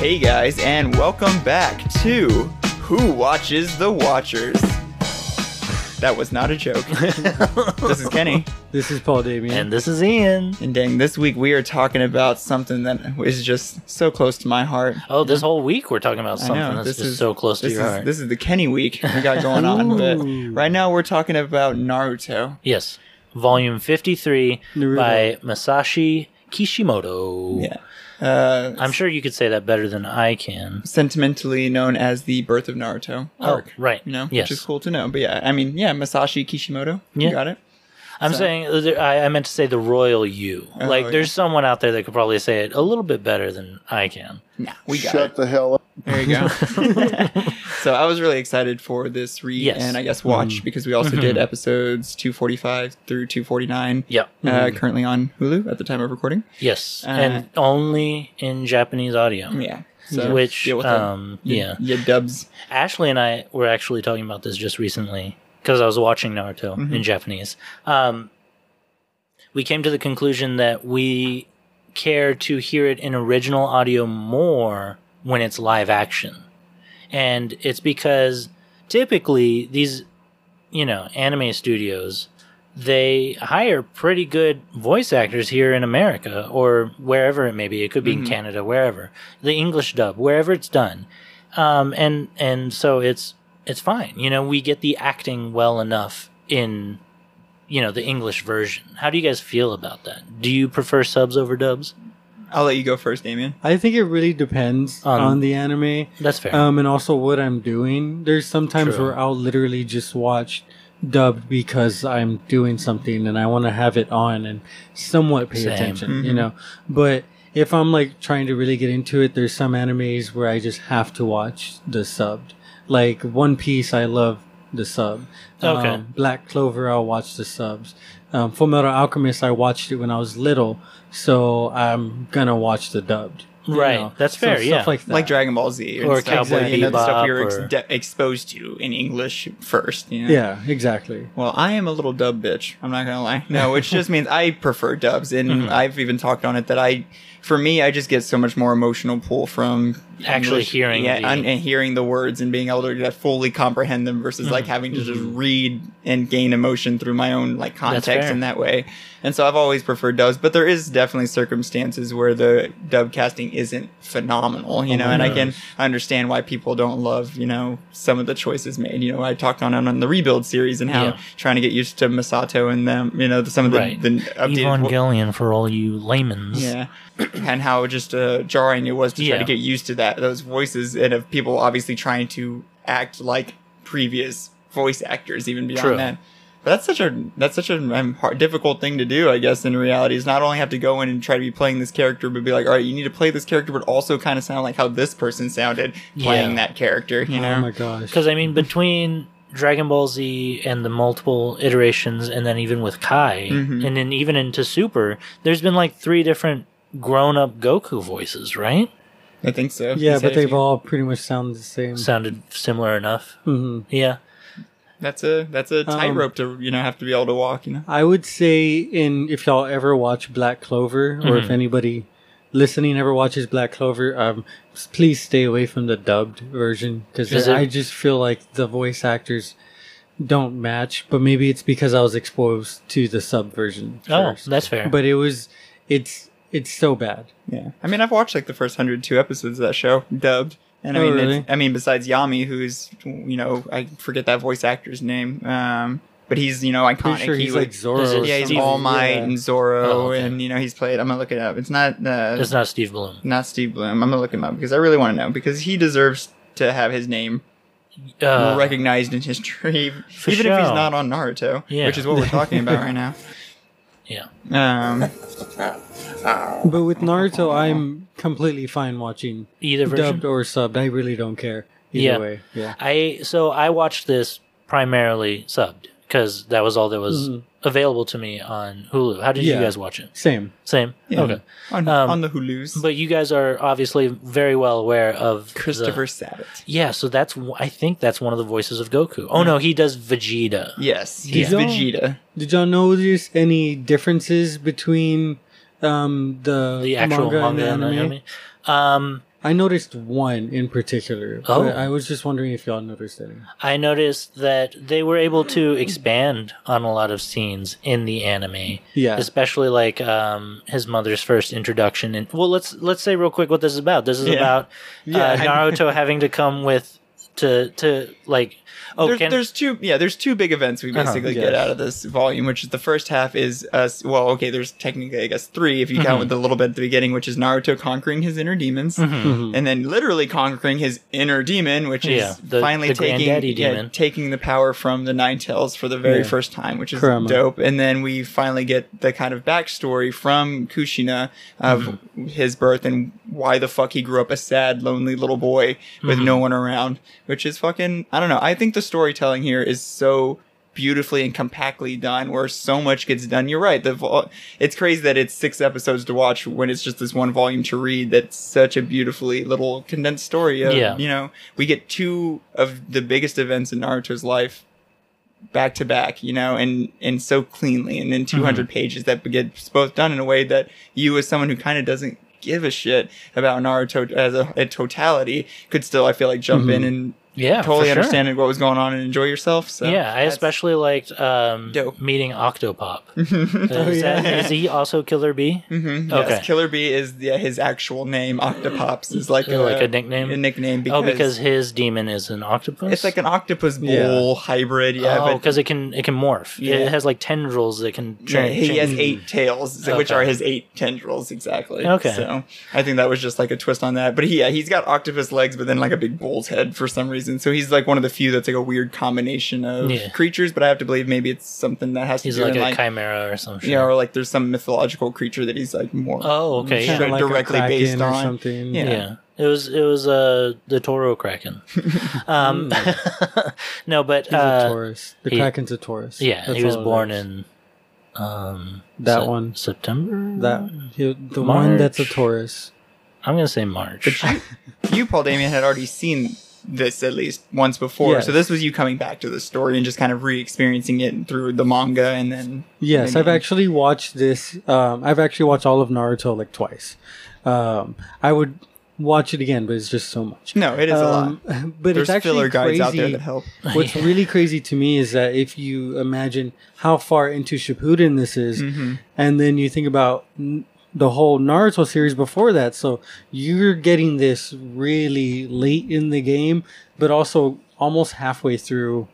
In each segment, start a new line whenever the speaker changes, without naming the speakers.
Hey guys, and welcome back to Who Watches the Watchers. That was not a joke. this is Kenny.
This is Paul Damien.
And this is Ian.
And dang, this week we are talking about something that is just so close to my heart.
Oh, this whole week we're talking about
I
something
know,
that's
this
just
is-
so close to
This
your
is,
heart.
this is the Kenny week we got going on, but right now we're talking about Naruto.
yes. Volume 53
Naruto.
by Masashi Kishimoto.
Yeah. Uh,
I'm sure you could say that better than I can.
sentimentally known as the birth of Naruto arc.
Oh, right.
You know,
yes.
which is cool to know. But yeah, I mean, yeah, Masashi Kishimoto. You
Yeah.
got it?
I'm saying uh, there- I, I meant to say the royal you. like,
Oh, yeah.
there's someone out there that could probably say it a little bit better than I can.
Nah, we got
Shut
it.
the hell up.
There you go. so I was really excited for this read
Yes. Mm-hmm.
and I guess watch because we also did episodes 245 through 249.
Yep.
Uh, Currently on Hulu at the time of recording.
Mm-hmm. Yes.
Uh,
and only in Japanese audio.
Yeah. So
Which,
deal with it.
um,
You-
yeah.
you dubs.
Ashley and I were actually talking about this just recently because I was watching Naruto in Japanese. Um, we came to the conclusion that we care to hear it in original audio more when it's live action. And it's because typically these, you know, anime studios, they hire pretty good voice actors here in America or wherever it may be. It could be in Canada, wherever. The English dub, wherever it's done um, and and so it's it's fine. You know, we get the acting well enough in you know the English version. How do you guys feel about that? Do you prefer subs over dubs?
I'll let you go first, Damien.
I think it really depends
On-
on the anime.
That's fair.
Um, and also what I'm doing. There's sometimes
True.
where I'll literally just watch dubbed because I'm doing something and I want to have it on and somewhat pay
Same.
attention, you know. But if I'm like trying to really get into it, there's some animes where I just have to watch the subbed. Like One Piece, I love the sub.
Okay.
Um, Black Clover, I'll watch the subs. Um, Full Metal Alchemist, I watched it when I was little, so I'm gonna watch the dubbed. you
Right. That's fair,
stuff
yeah.
like that.
Like Dragon Ball Z
Or
and stuff,
Cowboy
you know, the stuff we
Bebop
were ex-
or-
de- exposed to in English first. You know?
Yeah, exactly.
Well, I am a little dub bitch. I'm not gonna lie. No, which just means I prefer dubs, and
Mm-hmm.
I've even talked on it that I, for me, I just get so much more emotional pull from
Actually hearing
yeah,
the-
un- and hearing the words and being able to fully comprehend them versus like
Mm-hmm.
having to just read and gain emotion through my own like context
fair.
in that way. And so I've always preferred dubs, but there is definitely circumstances where the dub casting isn't phenomenal,
Oh
you know, and I can understand why people don't love, you know, some of the choices made. You know, I talked on on the rebuild series and how
Yeah.
trying to get used to Masato and them, you know, the, some of the,
right.
the updated
Evangelion for all you layman's.
yeah. and how just uh, jarring it was to try
Yeah.
to get used to that those voices and of people obviously trying to act like previous voice actors even beyond
True.
that. But that's such a that's such a um, hard, difficult thing to do, I guess. In reality, is not only have to go in and try to be playing this character, but be like, all right, you need to play this character, but also kind of sound like how this person sounded playing
Yeah.
that character. You know,
Oh my gosh.
Because I mean, between Dragon Ball Z and the multiple iterations, and then even with Kai, and then even into Super, there's been like three different grown-up Goku voices, right?
I think so. You
Yeah,
said
but
a
they've
few.
all pretty much sound the same.
Sounded similar enough.
Mhm.
Yeah.
that's a that's a
Um,
tightrope to you know have to be able to walk. You know,
I would say in if y'all ever watch Black Clover, or if anybody listening ever watches Black Clover, um, s- please stay away from the dubbed version
Is
because
it-
I just feel like the voice actors don't match. But maybe it's because I was exposed to the sub version.
Oh,
first.
that's fair.
but it was it's it's so bad.
Yeah, I mean, I've watched like the first hundred two episodes of that show dubbed, and I
Oh,
mean,
really?
it's, I mean, besides Yami, who's you know, I forget that voice actor's name, um, but he's you know iconic.
Pretty sure
He
he's
was-
like Zoro.
Is it-
or
yeah, he's
something.
All Might
Yeah.
and Zorro,
Oh, okay.
and you know, he's played. I'm gonna look it up. It's not uh,
It's not Steve Bloom.
not Steve Bloom. I'm gonna look him up because I really want to know because he deserves to have his name
Uh,
recognized in history, even
for
if he's
sure.
not on Naruto,
Yeah.
which is what we're talking about right now.
Uh, Yeah.
Um,
But with Naruto, I'm completely fine watching
Either version.
dubbed or subbed. I really don't care either
Yeah.
way. Yeah.
I so I watched this primarily subbed because that was all that was available to me on Hulu. How did
Yeah.
you guys watch it?
Same.
Same.
yeah.
Okay.
On,
Um,
on the Hulu's,
But you guys are obviously very well aware of the-
Christopher Sabat.
yeah, so that's w- I think that's one of the voices of Goku. Oh no, he does Vegeta.
Yes, he's
Yeah.
Vegeta.
Did y'all notice any differences between um, the,
the actual manga, and anime. Um,
I noticed one in particular.
Oh.
but I was just wondering if y'all noticed any.
I noticed that they were able to expand on a lot of scenes in the anime.
Yeah.
Especially like um, his mother's first introduction, and well, let's let's say real quick what this is about. This is
Yeah.
about
Yeah,
uh,
I-
Naruto having to come with to to like oh
there's,
can,
there's two yeah there's two big events we
Uh-huh,
basically get
yes.
out of this volume which is the first half is us well okay there's technically i guess three if you count with the little bit at the beginning which is naruto conquering his inner demons
Mm-hmm.
and then literally conquering his inner demon which is
Yeah, the-
finally
the granddaddy
taking yeah,
demon.
taking the power from the nine tails for the very
Yeah.
first time which is
Kurama.
dope and then we finally get the kind of backstory from kushina of his birth and why the fuck he grew up a sad lonely little boy with no one around which is fucking i don't know i think the storytelling here is so beautifully and compactly done where so much gets done you're right the vol- it's crazy that it's six episodes to watch when it's just this one volume to read that's such a beautifully little condensed story of,
Yeah.
you know we get two of the biggest events in naruto's life back to back, you know, and and so cleanly and in 200
Mm-hmm.
pages that gets both done in a way that you, as someone who kind of doesn't give a shit about Naruto as a, a totality, could still, I feel like, jump in and
yeah Mm-hmm. Oh, for
totally
sure.
understand what was going on and enjoy yourself. So
yeah, I
that's-
especially liked um,
Dope.
meeting Octopop. is, that-
yeah.
is he also Killer Bee?
Mhm,
Okay.
Yes, Killer Bee is yeah, his actual name. Octopops is like a,
Like a nickname?
A nickname because,
oh, because his demon is an octopus.
it's like an octopus
Yeah.
bull hybrid. Yeah,
oh,
but
because it can it can morph.
Yeah.
It has like tendrils that can.
Yeah,
change-
he has
change-
eight tails, so- which
Okay.
are his eight tendrils exactly.
Okay.
So I think that was just like a twist on that. But he, yeah, he's got octopus legs, but then like a big bull's head for some reason. So he's like one of the few that's like a weird combination of
Yeah.
creatures. But I have to believe maybe it's something that has to
He's
do
like
in,
a
like
chimera or something.
you know, or like there's some mythological creature that he's like more.
Oh, okay.
Sure.
Yeah.
Kinda like a
directly
Kraken
based
or
on-
something.
Yeah.
yeah. It was it was uh the Toro Kraken. um, no, but
He's a
uh,
Taurus. The
he-
Kraken's a Taurus.
yeah,
That's
he was
all it
born
is.
in um
That
Se-
one.
September.
that he- the one that's a
March.
Taurus.
I'm gonna say March.
You, Paul Damien, had already seen this at least once before.
Yes.
So this was you coming back to the story and just kind of re-experiencing it through the manga and then.
Yes, I've
maybe-
actually watched this. Um, I've actually watched all of Naruto like twice. Um, I would watch it again, but it's just so much.
No, it is a lot.
Um, But
There's
it's actually
filler guides
crazy.
out there that help.
What's really crazy to me is that if you imagine how far into Shippuden this is,
Mm-hmm.
and then you think about n- the whole Naruto series before that, so you're getting this really late in the game, but also almost halfway through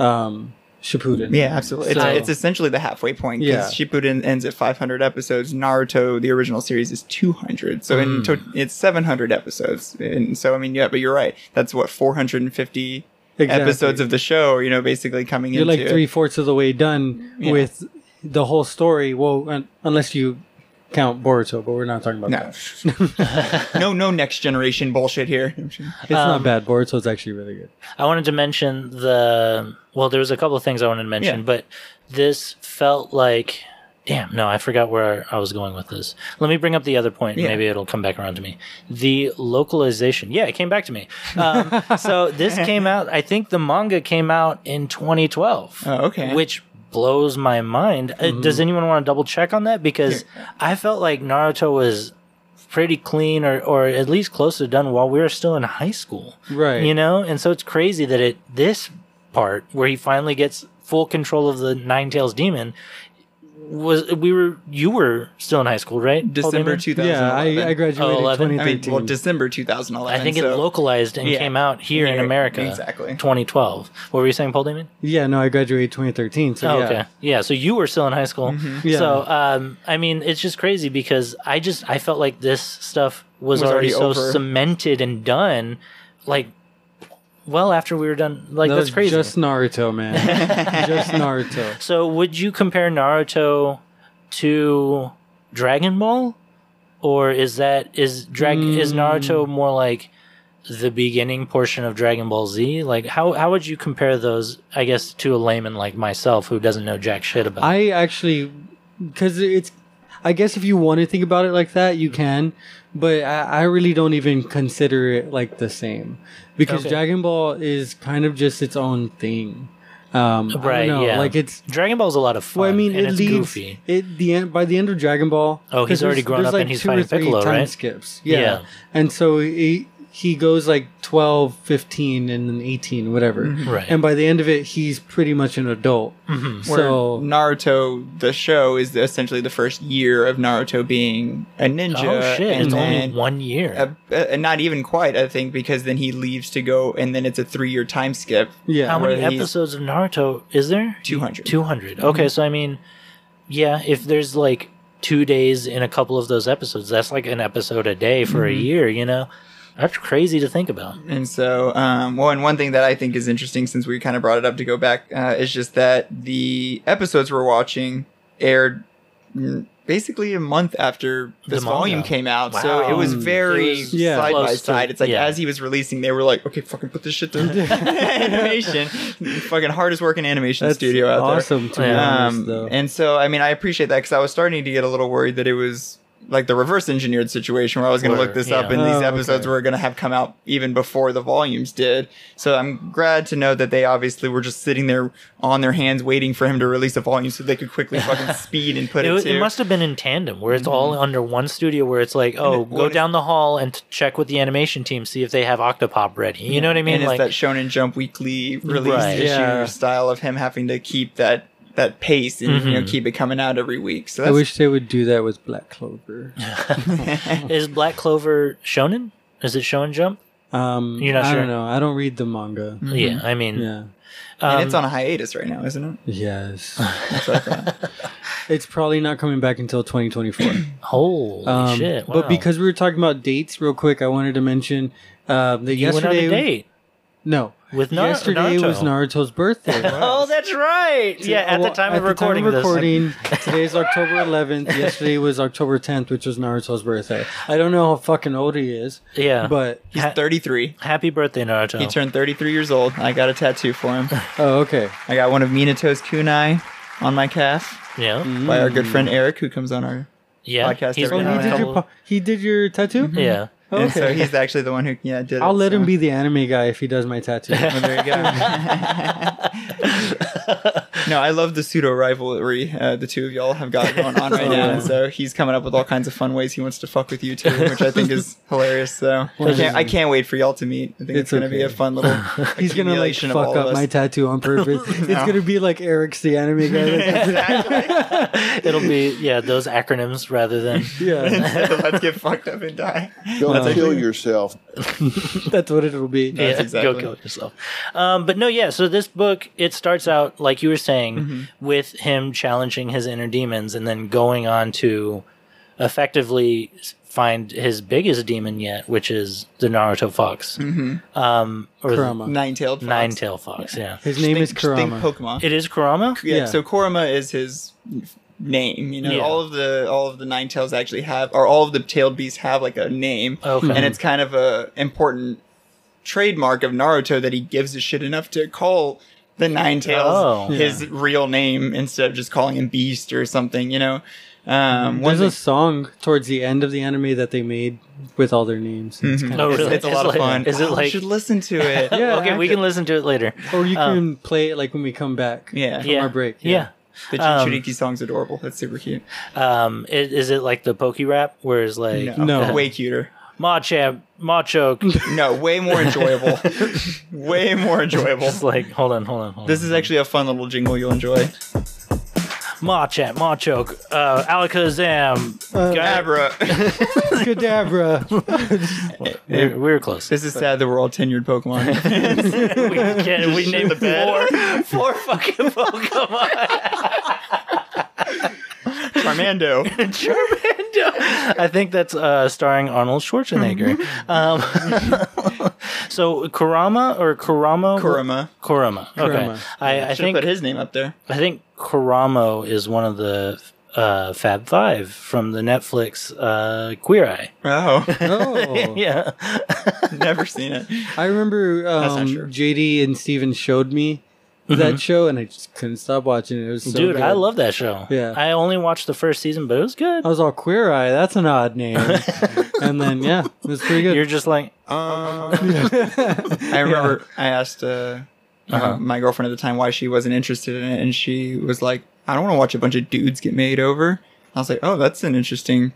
um, Shippuden.
Yeah, absolutely.
So-
it's, it's essentially the halfway point
Yeah.
because Shippuden ends at 500 episodes. Naruto, the original series, is 200, so
Mm.
in to- it's 700 episodes. And so, I mean, yeah, but you're right. That's what 450
Exactly.
episodes of the show. You know, basically coming
You're
into
like three fourths of the way done
Yeah.
with the whole story. Well, un- unless you count Boruto, but we're not talking about
No,
that.
no, no, next generation bullshit here.
It's
Um,
not bad. Boruto's actually really good.
I wanted to mention the well, there was a couple of things I wanted to mention,
Yeah.
but this felt like damn, no, I forgot where I was going with this. Let me bring up the other point.
Yeah.
Maybe it'll come back around to me. The localization. Yeah, it came back to me. Um, so this came out, I think the manga came out in 2012.
Oh, okay. Mm-hmm.
Which blows my mind. Uh, Does anyone want to double check on that? Because I felt like Naruto was pretty clean or, or at least close to done while we were still in high school.
Right.
You know? And so it's crazy that it this part where he finally gets full control of the Nine Tails demon was we were you were still in high school, right? Paul
December
Damon?
2011.
Yeah, I, I graduated
Oh, 11?
I mean,
2013.
well, December 2011.
I think it
so-
localized and
Yeah.
came out here in
Yeah,
America.
exactly.
2012. What were you saying, Paul Damon?
Yeah, no, I graduated 2013. So
Oh,
yeah. Mm-hmm.
okay. Yeah. So you were still in high school.
Yeah.
So, um, I mean, it's just crazy because I just, I felt like this stuff was,
Was
already,
already
so
over.
cemented and done, like, well after we were done. Like,
That
that's
was
crazy.
Just Naruto, man. just Naruto.
So, would you compare Naruto to Dragon Ball? Or is that, is drag,
Mm.
is Naruto more like, the beginning portion of Dragon Ball Z, like how how would you compare those? I guess to a layman like myself who doesn't know jack shit about. it?
I actually, because it's, I guess if you want to think about it like that, you can, but I, I really don't even consider it like the same because
Okay.
Dragon Ball is kind of just its own thing. Um, I don't
Right,
know,
yeah.
Like it's.
Dragon Ball's a lot of fun.
Well, I mean,
and
it
it's
leads
goofy.
it the end by the end of Dragon Ball.
Oh, he's
'cause
already
there's-
grown
there's
up
like
and he's
two or
fighting
three
Piccolo,
time
right?
Skips, yeah.
Yeah.
And so he he goes like 12, 15, and then eighteen, whatever.
Mm-hmm. Right.
And by the end of it, he's pretty much an adult.
Mhm.
Where
So
Naruto, the show, is essentially the first year of Naruto being a ninja.
Oh shit!
and
It's
then-
only one year.
uh, uh, not even quite, I think, because then he leaves to go, and then it's a three-year time skip.
yeah,
How many
where he's-
episodes of Naruto is there?
200.
200.
Mm-hmm.
Okay, so I mean, yeah, if there's like two days in a couple of those episodes, that's like an episode a day for
Mm-hmm.
a year, you know? That's crazy to think about.
And so, um, well, and one thing that I think is interesting, since we kind of brought it up to go back, uh, is just that the episodes we're watching aired mm, basically a month after this
The manga.
volume came out. So
Wow.
it was
Mm.
very
It was
Yeah.
side by
close to-
side. it's like
yeah.
as he was releasing, they were like, okay, fucking put this shit to animation. fucking hardest working animation
that's
studio out there.
awesome to be
Yeah.
honest,
Um,
though.
and so, I mean, I appreciate that because I was starting to get a little worried that it was like the reverse engineered situation where I was going to
Where,
look this
yeah.
up and these
Oh,
episodes
okay.
were going to have come out even before the volumes did. So I'm glad to know that they obviously were just sitting there on their hands waiting for him to release a volume so they could quickly fucking speed and put
It,
it,
was,
to.
it must have been in tandem, where it's all under one studio, where it's like, oh,
Mm-hmm. it-
go
what-
down the hall and t- check with the animation team, see if they have Octopop ready. You know what I mean?
and
Like,
it's that Shonen Jump weekly release
Right.
issue
Yeah.
style of him having to keep that that pace and you know
Mhm.
keep it coming out every week. So
I
that's
wish they would do that with Black Clover.
is Black Clover shonen? Is it Shonen Jump?
Um,
You're not
I
sure? Mm.
don't know. I don't read the manga.
Yeah, I mean,
Mm-hmm. Yeah.
and
um,
it's on a hiatus right now, isn't it?
Yes.
That's what I thought.
it's probably not coming back until 2024.
holy
Um,
shit!
But
wow.
because we were talking about dates, real quick, I wanted to mention um, that
you went
yesterday.
on a date
No,
with Nar-
yesterday
Naruto.
was Naruto's birthday.
Oh, that's right. Yeah, at the
Well,
time of
the
recording
of
this.
recording, today's October 11th. Yesterday was October 10th, which was Naruto's birthday. I don't know how fucking old he is,
Yeah.
but
He's
Ha-
33.
Happy birthday, Naruto.
He turned 33 years old. I got a tattoo for him.
oh, okay.
I got one of Minato's kunai on my calf
yeah.
Mm-hmm.
by our good
Mm.
friend Eric, who comes on our.
Yeah.
Podcast
He's
every
Oh,
been
now and
on
he
a
did
then.
your
couple-
pa- he did your tattoo.
Mm-hmm. Yeah.
And so
Okay.
he's actually the one who yeah did.
I'll
it,
let
so-
him be the anime guy if he does my tattoo.
Well, there you go. no, I love the pseudo rivalry uh, the two of y'all have got going on right now. And so he's coming up with all kinds of fun ways he wants to fuck with you too, which I think is hilarious. So I can't, I can't wait for y'all to meet. I think it's,
It's
going to be a
okay.
fun little.
He's gonna like
accumulation of
fuck
all of
up
us.
my tattoo on purpose. It's gonna be like Eric's the anime guy. that-
It'll be yeah those acronyms rather than
yeah,
Let's get fucked up and die.
Don't
That's
kill
actually-
yourself.
that's what it'll be.
That's
yeah,
exactly-
go kill yourself. Um, but no, yeah. So this book it starts out like you were saying
Mm-hmm.
with him challenging his inner demons and then going on to effectively s- find his biggest demon yet, which is the Naruto fox,
Mm-hmm.
um, or
Kurama.
Nine-tailed fox.
nine tail fox. Yeah.
His name
Think-
is Kurama.
Think Pokemon.
it is Kurama.
yeah,
yeah.
So Kurama is his name. You know,
Yeah.
all of the all of the nine tails actually have, or all of the tailed beasts have like a name,
Okay.
Mm-hmm. and it's kind of a important trademark of Naruto that he gives a shit enough to call the nine
Oh.
tails
Yeah.
his real name instead of just calling him Beast or something. You know, um, one
There's a
thing-
song towards the end of the anime that they made with all their names. It's kinda-
Oh,
it's,
really?
it's a
Is
lot
it
of
like-
fun.
is it
Oh, we
like-
should listen to it?
Yeah,
Oh, okay, we can listen to it later.
Or you can play it like when we come back.
Yeah.
from
Um, yeah.
our break.
Yeah.
The
Um,
Jinchuriki song's adorable. That's super cute.
Um, i- is, it like the Poke Rap, where it's like
No.
way cuter.
Machamp, Machoke?
No, way more enjoyable. way more enjoyable.
It's like, hold on, hold on, hold
This
on.
is actually a fun little jingle you'll enjoy.
Machamp, Machoke, uh, Alakazam,
Uh,
Gyarados.
Abra.
Cadabra.
We we were close.
this is sad that we're all tenured Pokemon.
we can we named
the bed.
four, four fucking Pokemon.
Charmando.
Charmander. I think that's uh, starring Arnold Schwarzenegger. um, so Kurama or Kurama?
Kurama.
Kurama. Okay.
Kurama.
I, I
Should
think
put his name up there.
I think Kuramo is one of the uh, Fab Five from the Netflix uh, Queer Eye.
Oh,
Oh,
Yeah.
never seen it.
I remember
That's not
um,
true.
JD and Steven showed me that show, and I just couldn't stop watching it. It was so
Mm-hmm. Dude, I
good.
love that show.
Yeah. Oh,
I only watched the first season, but it was good.
I was all queer eye. That's an odd name. and then yeah, it was pretty good.
Um, You're just like,
Um, I remember I asked uh, uh,
Uh-huh.
my girlfriend at the time why she wasn't interested in it, and she was like, "I don't want to watch a bunch of dudes get made over." I was like, "Oh, that's an interesting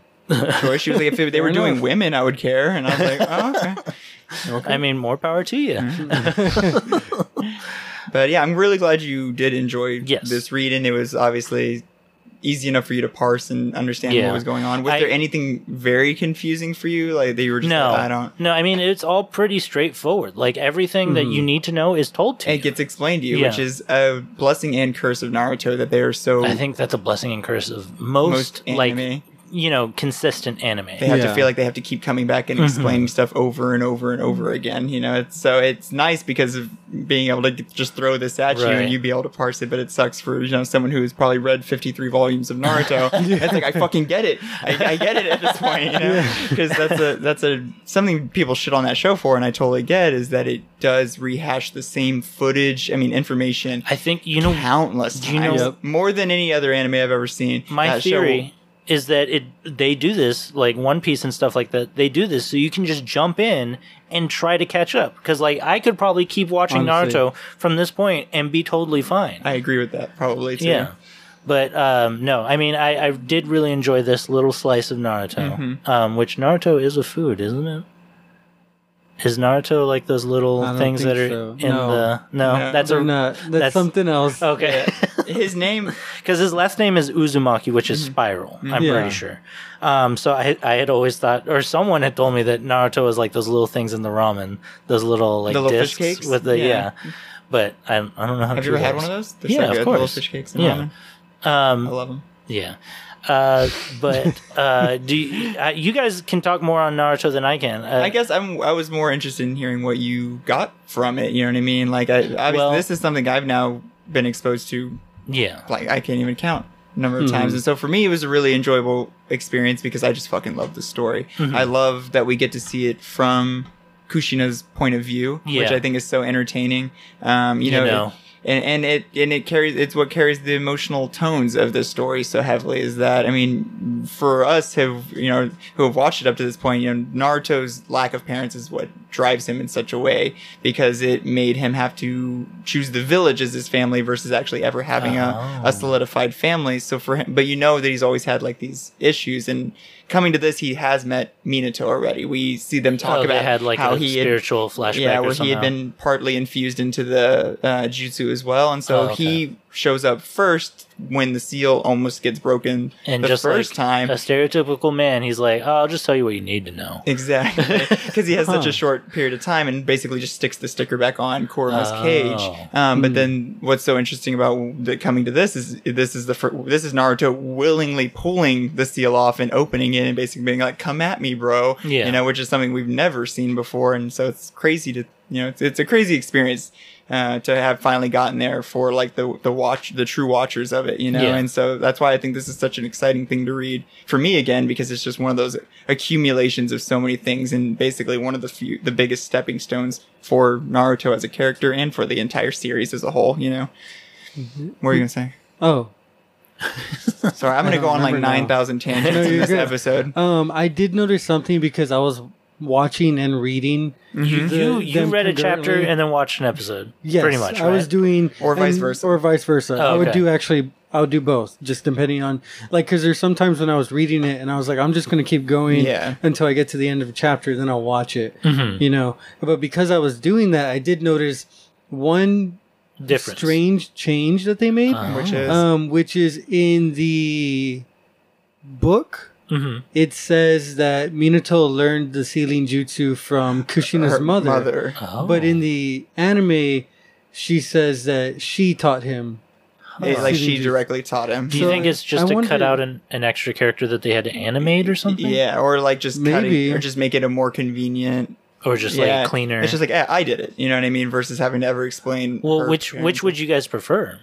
choice." She was like, "If they were doing
enough.
women, I would care," and I was like, "Oh, okay."
I mean, more power to you.
But yeah, I'm really glad you did enjoy
Yes.
this read, and it was obviously easy enough for you to parse and understand
Yeah.
what was going on. Was
I-
there anything very confusing for you? Like that you were just
No,
like, I don't.
No, I mean it's all pretty straightforward. Like everything that you need to know is told to
It
you.
gets explained to you,
Yeah.
which is a blessing and curse of Naruto that they are so
I think that's a blessing and curse of most,
most anime.
like you know consistent anime.
they have
Yeah.
to feel like they have to keep coming back and
Mm-hmm.
explaining stuff over and over and over again. You know, it's so it's nice because of being able to g- just throw this at you
Right.
and you be able to parse it. But it sucks for you know someone who's probably read fifty three volumes of Naruto. It's like I fucking get it. I, I get it at this point. You know, because that's a that's a something people shit on that show for, and I totally get is that it does rehash the same footage. I mean, information.
I think you know
Countless
You know-
times, more than any other anime I've ever seen.
my
that show will-
theory is that it they do this like One Piece and stuff like that. They do this so you can just jump in and try to catch up because like I could probably keep watching
Honestly.
Naruto from this point and be totally fine.
I agree with that probably too.
Yeah. But um, no, I mean, I, I did really enjoy this little slice of Naruto, um, which Naruto is a food, isn't it? Is Naruto like those
I
little
don't
things
think
that are
so.
in
No.
the? No,
No.
that's
They're
a
not. uh, That's,
that's-
something else.
okay.
His name
Because his last name is Uzumaki, which is spiral. I'm
Yeah.
pretty sure. Um, so I I had always thought, or someone had told me that Naruto was like those little things in the ramen, those little like
The little fish
discs
cakes?
with the yeah.
Yeah.
But I, don't- I don't know how.
Have you
true
ever had
that
one of
is.
those?
Yeah, of
the Little
course.
fish cakes and
Yeah.
ramen.
Um,
I love them.
Yeah. Uh, but uh, do you, uh, you guys can talk more on Naruto than I can. Uh,
I guess I'm. I was more interested in hearing what you got from it. You know what I mean? Like, I, obviously,
Well-
this is something I've now been exposed to.
Yeah.
Like, I can't even count the number
Hmm.
of times. And so for me, it was a really enjoyable experience because I just fucking love the story.
Mm-hmm.
I love that we get to see it from Kushina's point of view, which
Yeah.
I think is so entertaining. Um, you,
You
know.
know.
and, and it and it carries it's what carries the emotional tones of this story so heavily is that I mean for us have you know who have watched it up to this point you know Naruto's lack of parents is what drives him in such a way because it made him have to choose the village as his family versus actually ever having
Oh.
a, a solidified family so for him but you know that he's always had like these issues and coming to this he has met Minato already we see them talk
oh,
about
they had like
how
a
he had
spiritual flashback.
yeah,
or
where he
somehow.
had been partly infused into the uh, jutsu as well, and so
Oh, okay.
he shows up first when the seal almost gets broken
and
the
just
first
like
time.
a stereotypical man, he's like, oh, "I'll just tell you what you need to know."
Exactly, because he has such
Huh.
a short period of time, and basically just sticks the sticker back on Koruma's
Oh. Hmm.
cage. Um, but then, what's so interesting about the coming to this is this is the fir- this is Naruto willingly pulling the seal off and opening it, and basically being like, "Come at me, bro,"
Yeah.
you know, which is something we've never seen before, and so it's crazy to you know, it's, it's a crazy experience. Uh, to have finally gotten there for like the the watch the true watchers of it, you know,
Yeah.
and so that's why I think this is such an exciting thing to read for me again because it's just one of those accumulations of so many things and basically one of the few the biggest stepping stones for Naruto as a character and for the entire series as a whole, you know.
Mm-hmm.
What are you gonna say?
Oh,
Sorry, I'm gonna
I
go on like
remember now.
nine thousand tangents
No,
in
you're
this
good.
episode.
um, I did notice something because I was watching and reading.
Mm-hmm.
the-
You you
them
read a chapter
concurrently.
and then watched an episode.
Yes,
pretty much.
I was
right? Oh,
doing
Or vice versa.
or vice versa. I would
okay.
do actually. I would do both, just depending on like because there's sometimes when I was reading it and I was like, I'm just gonna keep going
Yeah.
until I get to the end of a chapter, then I'll watch it.
Mm-hmm.
You know, but because I was doing that, I did notice one
different.
strange change that they made,
Uh-huh.
Which is
um, which is in the book.
Mhm.
It says that Minato learned the sealing jutsu from Kushina's
her
mother.
Oh.
But in the anime, she says that she taught him.
It- like she
Huh.
directly taught him.
do you
so
think it's just
I
to
wonder-
cut out an, an extra character that they had to animate or something?
Yeah, or like just
Maybe.
cutting, or just make it a more convenient.
Or just like cleaner?
It's just like eh, I did it. You know what I mean? Versus having to ever explain.
well,
her
which
parents.
which would you guys prefer?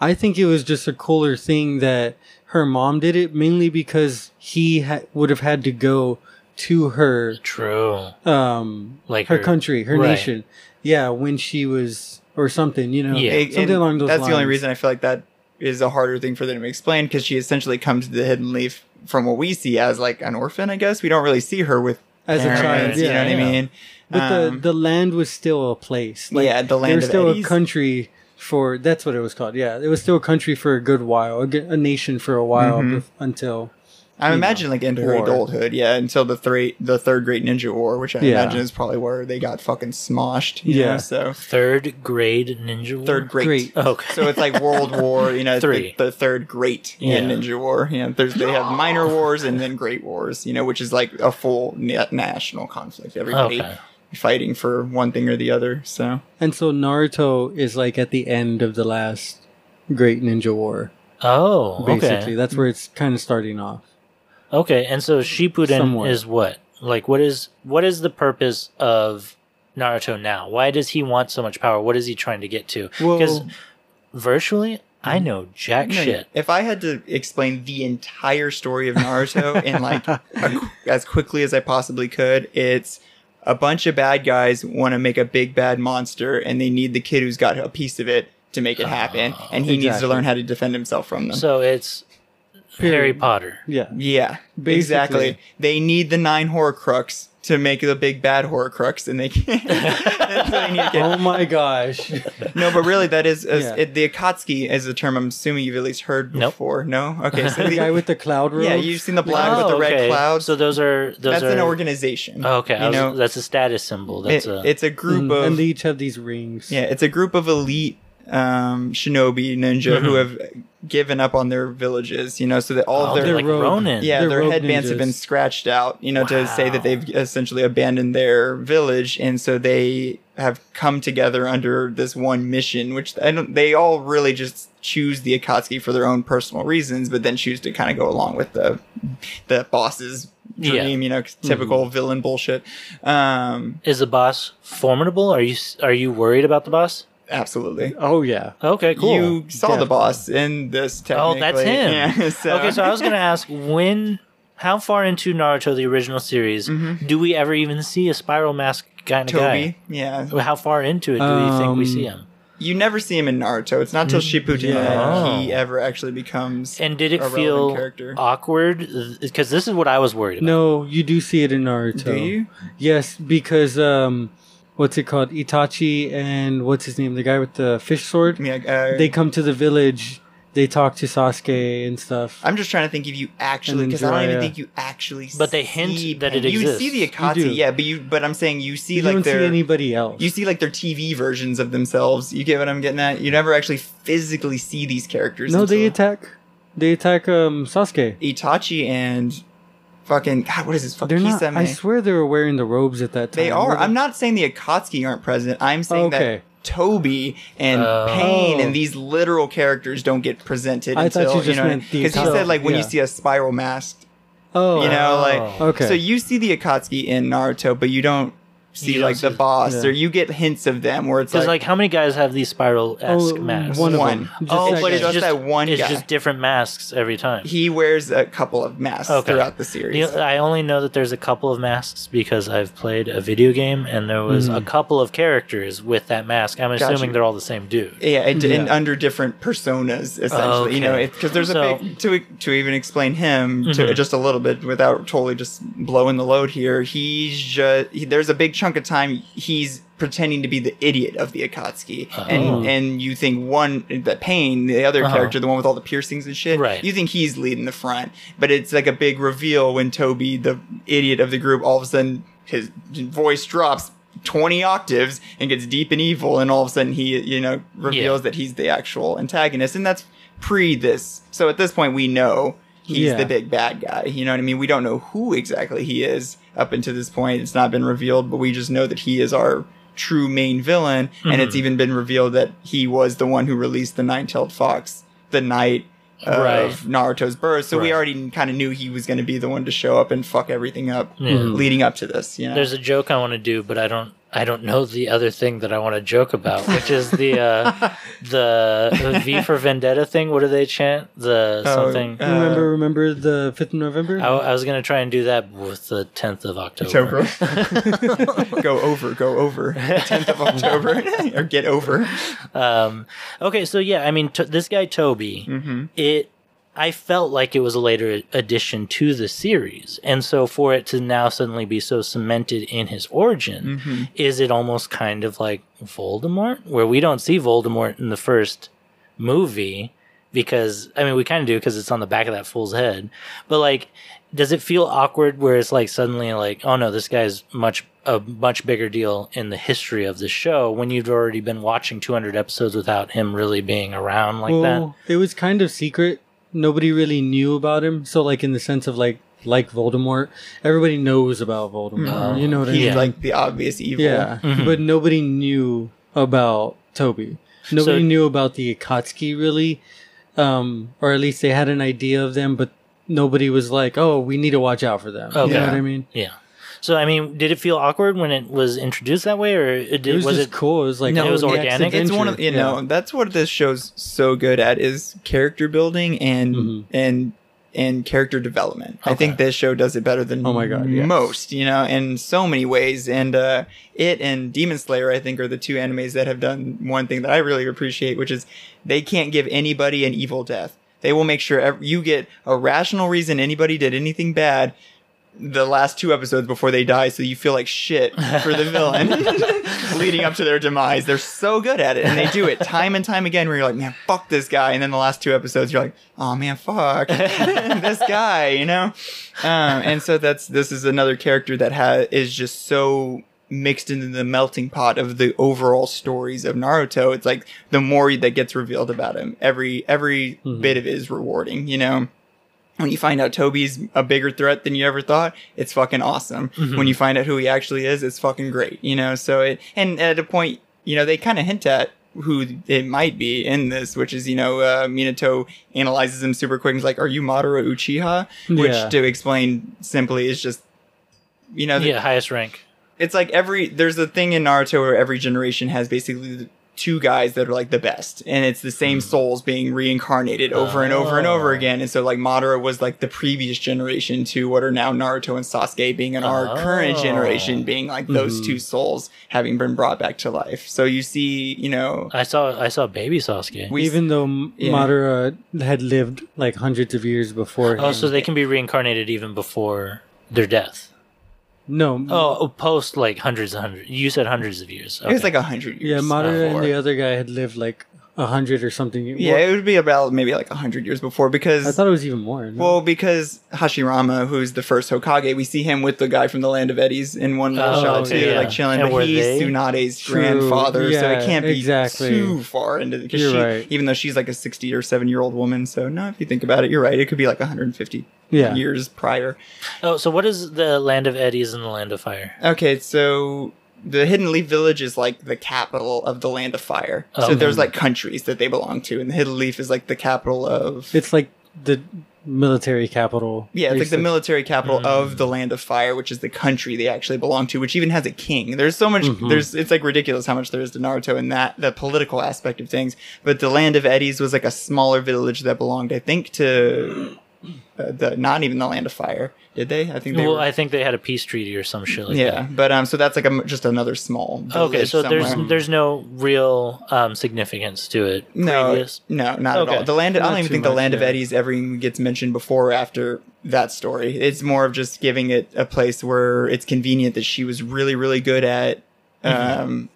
I think it was just a cooler thing that her mom did it, mainly because he ha- would have had to go to her,
True.
um,
Like
her,
her-
country, her
right.
nation. Yeah, when she was or something, you know,
Yeah.
It-
something
and
along those
that's
lines.
the only reason I feel like that is a harder thing for them to explain because she essentially comes to the hidden leaf from what we see as like an orphan. I guess we don't really see her with
As a
parents,
child,
you know
yeah,
what
yeah.
I mean?
But
Um,
the the land was still a place.
Yeah, the land
There was
of
still
eddies.
a country for that's what it was called. Yeah, it was still a country for a good while, a, g- a nation for a while
Mm-hmm.
bef- until.
I
you
imagine like into her
war.
adulthood, yeah, until the three, the third Great Ninja War, which I
Yeah.
imagine is probably where they got fucking smoshed. you
Yeah.
know, so
Third grade ninja. War?
third Great.
Great.
Okay.
So it's like World War, you know, it's
Three.
The, the third Great
Yeah.
Ninja War. You know, there's they have minor wars and then Great Wars. You know, which is like a full na- national conflict. Everybody
Okay.
fighting for one thing or the other. So
And so Naruto is like at the end of the last Great Ninja War.
Oh, okay.
Basically, that's where it's kind of starting off.
Okay, and so Shippuden
Somewhat.
is what? Like what is what is the purpose of Naruto now? Why does he want so much power? What is he trying to get to? Because
Well-
virtually I know jack
Mm-hmm. No,
shit.
If I had to explain the entire story of Naruto in like a, as quickly as I possibly could, it's a bunch of bad guys want to make a big bad monster and they need the kid who's got a piece of it to make it happen and he needs to
Oh, Exactly.
learn how to defend himself from them.
So it's Harry Potter.
Yeah.
yeah,
Basically.
exactly. They need the nine Horcrux to make the big bad Horcrux and they can't. That's what they need to get
Oh my gosh.
no, but really, that is, is
Yeah.
it, the Akatsuki is a term I'm assuming you've at least heard
Nope.
before. No, okay. So
the guy with the cloud robe.
yeah, you've seen the black with the red
Oh, okay.
clouds.
So those are those
that's
are Oh,
an organization.
Okay, I
you
was-
know,
that's a status symbol. That's
it-
a
it's a group
Mm,
of
and they each have these rings.
yeah, it's a group of elite um, shinobi ninja who have given up on their villages. You know, so that all
Mm-hmm. oh,
of their
they're
their
like
robe.
Ronin.
yeah
they're
their
rogue
headbands have been
ninjas.
scratched out. You know, to say
Wow.
that they've essentially abandoned their village, and so they have come together under this one mission. Which I don't. They all really just choose the Akatsuki for their own personal reasons, but then choose to kind of go along with the the boss's dream.
Yeah. Mm-hmm.
You know, typical villain bullshit. Um,
Is the boss formidable? Are you s- are you worried about the boss?
Absolutely.
Oh yeah.
Okay, cool.
You saw
Definitely.
the boss in this
Oh,
technically.
that's him.
Yeah, so.
Okay, so I was gonna ask when, how far into Naruto the original series do we ever even see a spiral mask kind of
Mm-hmm. Toby. Yeah.
guy? How far into it do we think we see
Um,
him?
You never see him in Naruto. It's not till Shippuden
yeah.
that he ever actually becomes
And did it
a relevant
feel
character.
awkward? Because this is what I was worried about.
No, you do see it in Naruto.
Do you?
Yes, because um, what's it called? Itachi and what's his name? The guy with the fish sword.
Yeah, uh,
They come to the village. They talk to Sasuke and stuff.
I'm just trying to think if you actually
And
because I don't even
Jiraiya.
think you actually.
But they hint
see
that
Pen-
it
You see
exists.
the
You
do.
Akatsuki, yeah, but you. But I'm saying you see
you
like
don't see
their.
anybody else.
you see like their TV versions of themselves. You get what I'm getting at. You never actually physically see these characters.
no, they
until-
attack. They attack um Sasuke.
Itachi and fucking God, what is this?
They're
Fucking
not.
Kisame.
I swear they were wearing the robes at that time.
they are.
Were
I'm not saying the Akatsuki aren't present. I'm saying
Okay.
that Toby and
Oh.
Pain and these literal characters don't get presented
I thought
until
you just
know
meant the
because you said like when you
Akatsuki, yeah.
see a spiral mask,
Oh,
you know, like
Oh.
Okay.
So you see the Akatsuki in Naruto, but you don't see
don't
like
see-
the boss
yeah.
or you get hints of them where it's
Because
like,
like, how many guys have these spiral esque
Oh,
masks?
one of
One.
them. Just
oh,
that
but
guy.
it's
Just
just
that one
It's
guy.
just different masks every time.
he wears a couple of masks
Okay.
throughout the series.
The- I only know that there's a couple of masks because I've played a video game and there was
Mm.
a couple of characters with that mask. I'm
Gotcha.
assuming they're all the same dude.
Yeah, and, and
Yeah.
under different personas, essentially. You know,
Okay.
because there's
So- Mm-hmm.
a big to to even explain him to, just a little bit without totally just blowing the load here. He's just he, there's a big chunk of time he's pretending to be the idiot of the Akatsuki,
Oh.
and and you think one the pain, the other
Uh-huh.
character, the one with all the piercings and shit,
Right.
You think he's leading the front, but it's like a big reveal when Toby, the idiot of the group, all of a sudden his voice drops. 20 octaves and gets deep and evil and all of a sudden he you know reveals
Yeah.
that he's the actual antagonist, and that's pre this. So at this point, we know he's
Yeah.
the big bad guy. You know what I mean? We don't know who exactly he is up until this point. It's not been revealed, but we just know that he is our true main villain, and
Mm-hmm.
it's even been revealed that he was the one who released the nine tailed fox the night. Of
Right.
Naruto's birth, so we
Right.
already kind of knew he was going to be the one to show up and fuck everything up
Yeah. Mm-hmm.
leading up to this. You know?
There's a joke I want to do, but I don't. I don't know the other thing that I want to joke about, which is the uh, the V for Vendetta thing. What do they chant? The
Oh,
something.
uh,
remember, remember the fifth of November.
I, I was gonna try and do that with the 10th of October.
October. go over, go over. 10th of October, or get over.
Um, okay, so yeah, I mean, t- this guy Toby, it I felt like it was a later addition to the series. And so for it to now suddenly be so cemented in his origin,
Mhm.
is it almost kind of like Voldemort, where we don't see Voldemort in the first movie because I mean we kind of do because it's on the back of that fool's head, but like, does it feel awkward where it's like suddenly like, oh no, this guy's much a much bigger deal in the history of the show when you've already been watching 200 episodes without him really being around like that?
Well, it was kind of secret. Nobody really knew about him. So, like in the sense of like like Voldemort, everybody knows about Voldemort.
Mhm.
You know what I
He's
mean?
Yeah.
like the obvious evil.
yeah,
Mm-hmm.
Mhm.
but nobody knew about Toby. Nobody
So-
knew about the Akatsuki really, um, or at least they had an idea of them, but nobody was like, "Oh, we need to watch out for them."
Okay.
You know
Yeah.
what I mean?
Yeah. So I mean, did it feel awkward when it was introduced that way, or it,
It
did,
was,
was,
just
it?
cool. It was like
No, it was
oh, the
organic.
next
It's one of
adventure.
you
Yeah.
know that's what this show's so good at is character building and
Mhm.
and and character development. I
Okay.
think this show does it better than
Oh my God, yes.
most you know in so many ways. And uh, it and Demon Slayer I think are the two animes that have done one thing that I really appreciate, which is they can't give anybody an evil death. They will make sure ev- you get a rational reason anybody did anything bad the last two episodes before they die, so you feel like shit for the villain leading up to their demise. They're so good at it, and they do it time and time again. Where you're like, man, fuck this guy, and then the last two episodes, you're like, oh man, fuck this guy, you know. Um, and so that's this is another character that ha- is just so mixed into the melting pot of the overall stories of Naruto. It's like the more that gets revealed about him, every every
Mhm.
bit of it is rewarding, you know when you find out Toby's a bigger threat than you ever thought, it's fucking awesome.
Mhm.
When you find out who he actually is, it's fucking great. You know, so it and at a point, you know, they kind of hint at who it might be in this, which is you know, uh, Minato analyzes him super quick. And is like, "Are you Madara Uchiha?"
Yeah.
Which to explain simply is just, you know,
Yeah, highest rank.
it's like every there's a thing in Naruto where every generation has basically the two guys that are like the best, and it's the same souls being reincarnated over and over and over
Oh.
again. And so like Madara was like the previous generation to what are now Naruto and Sasuke being, and our current
Oh.
generation being like those
Mhm.
two souls having been brought back to life. So you see, you know,
I saw I saw baby Sasuke.
we
Even though M-
yeah.
Madara had lived like hundreds of years before,
oh,
him.
so they can be reincarnated even before their death.
no,
Oh, oh, post like hundreds and hundreds. You said hundreds of years.
it was
Okay.
like a hundred
yeah,
years.
Madara
before.
and the other guy had lived like a hundred or something.
yeah, it would be about maybe like a hundred years before because
I thought it was even more. no?
Well, because Hashirama, who's the first Hokage, we see him with the guy from the Land of Eddies in one little
Oh,
shot too,
yeah.
like chilling.
And
but
were
he's
they-
Tsunade's
True.
grandfather, so
Yeah,
it can't be
exactly.
too far into the. Cause
You're
she,
right.
Even though she's like a sixty or seven year old woman, so no, if you think about it, you're right. It could be like 150
Yeah.
years prior.
oh, so what is the land of eddies and the land of fire?
Okay, so the Hidden Leaf Village is like the capital of the Land of Fire.
Okay.
So there's like countries that they belong to, and the Hidden Leaf is like the capital of.
it's like the military capital.
Yeah, it's like the
Basically.
military capital
Mm.
of the Land of Fire, which is the country they actually belong to, which even has a king. There's so much.
Mm-hmm.
There's it's like ridiculous how much there is to Naruto in that the political aspect of things. But the Land of Eddies was like a smaller village that belonged, I think, to uh, the not even the Land of Fire. Did they? I think they.
Well,
were,
I think they had a peace treaty or some shit like
yeah, but um, so that's like a m just another small.
that. Okay,
village
so
somewhere.
there's there's no real um, significance to it.
No,
previous?
no, not
Okay.
at all. The land. I
Not
don't even
too
think the
much,
land of
yeah.
Eddies ever even gets mentioned before or after that story. It's more of just giving it a place where it's convenient that she was really, really good at.
Mm-hmm.
Um,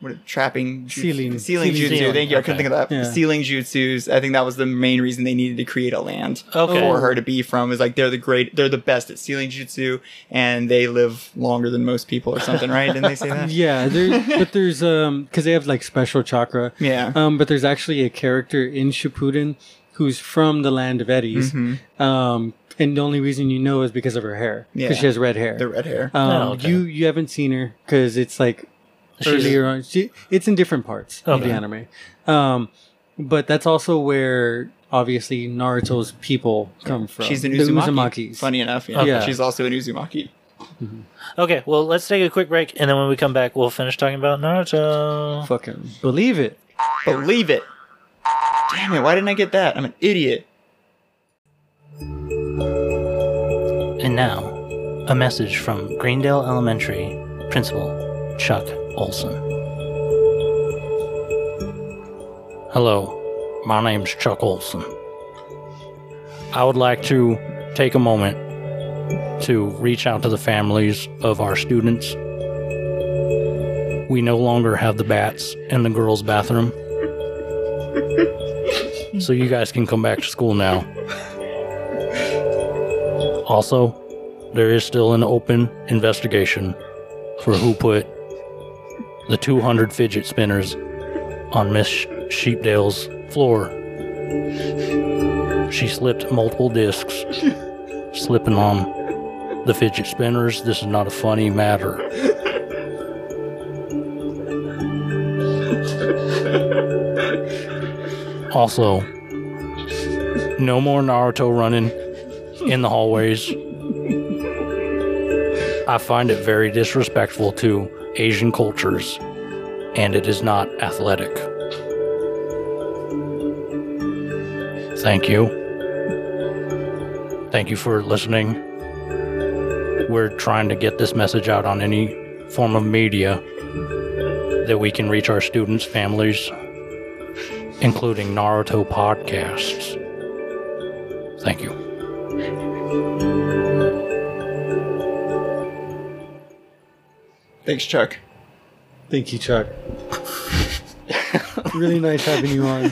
what trapping ju-
Sealing.
sealing jutsu.
Sealing.
Thank you. I couldn't
Okay.
think of that.
Yeah.
Sealing jutsus. I think that was the main reason they needed to create a land
Okay.
for her to be from. Is like they're the great, they're the best at sealing jutsu, and they live longer than most people or something, right? Didn't they say that?
Yeah, there, but there's um because they have like special chakra.
Yeah.
Um, but there's actually a character in Shippuden who's from the land of Eddies.
Mm-hmm.
Um, and the only reason you know is because of her hair.
Yeah.
Because she has red hair.
The red hair.
Um,
Oh, okay.
you you haven't seen her because it's like
She's-
earlier on. She, it's in different parts of the
Okay.
anime, um, but that's also where obviously Naruto's people come from.
She's an
The
Uzumaki.
Uzumakis.
Funny enough, yeah.
Okay.
She's also an Uzumaki.
Okay, well, let's take a quick break, and then when we come back, we'll finish talking about Naruto.
Fucking believe it.
Believe it. Damn it, why didn't I get that? I'm an idiot.
And now, a message from Greendale Elementary Principal Chuck Olson. Hello, my name's Chuck Olson. I would like to take a moment to reach out to the families of our students. We no longer have the bats in the girls' bathroom. So you guys can come back to school now. Also, there is still an open investigation for who put the 200 fidget spinners on Miss Sheepdale's floor. She slipped multiple discs, slipping on the fidget spinners. This is not a funny matter. Also, no more Naruto running in the hallways. I find it very disrespectful to Asian cultures, and it is not athletic. Thank you. Thank you for listening. We're trying to get this message out on any form of media that we can reach our students, families, including Naruto podcasts. Thank you.
Thanks, Chuck.
Thank you, Chuck. really nice having you on.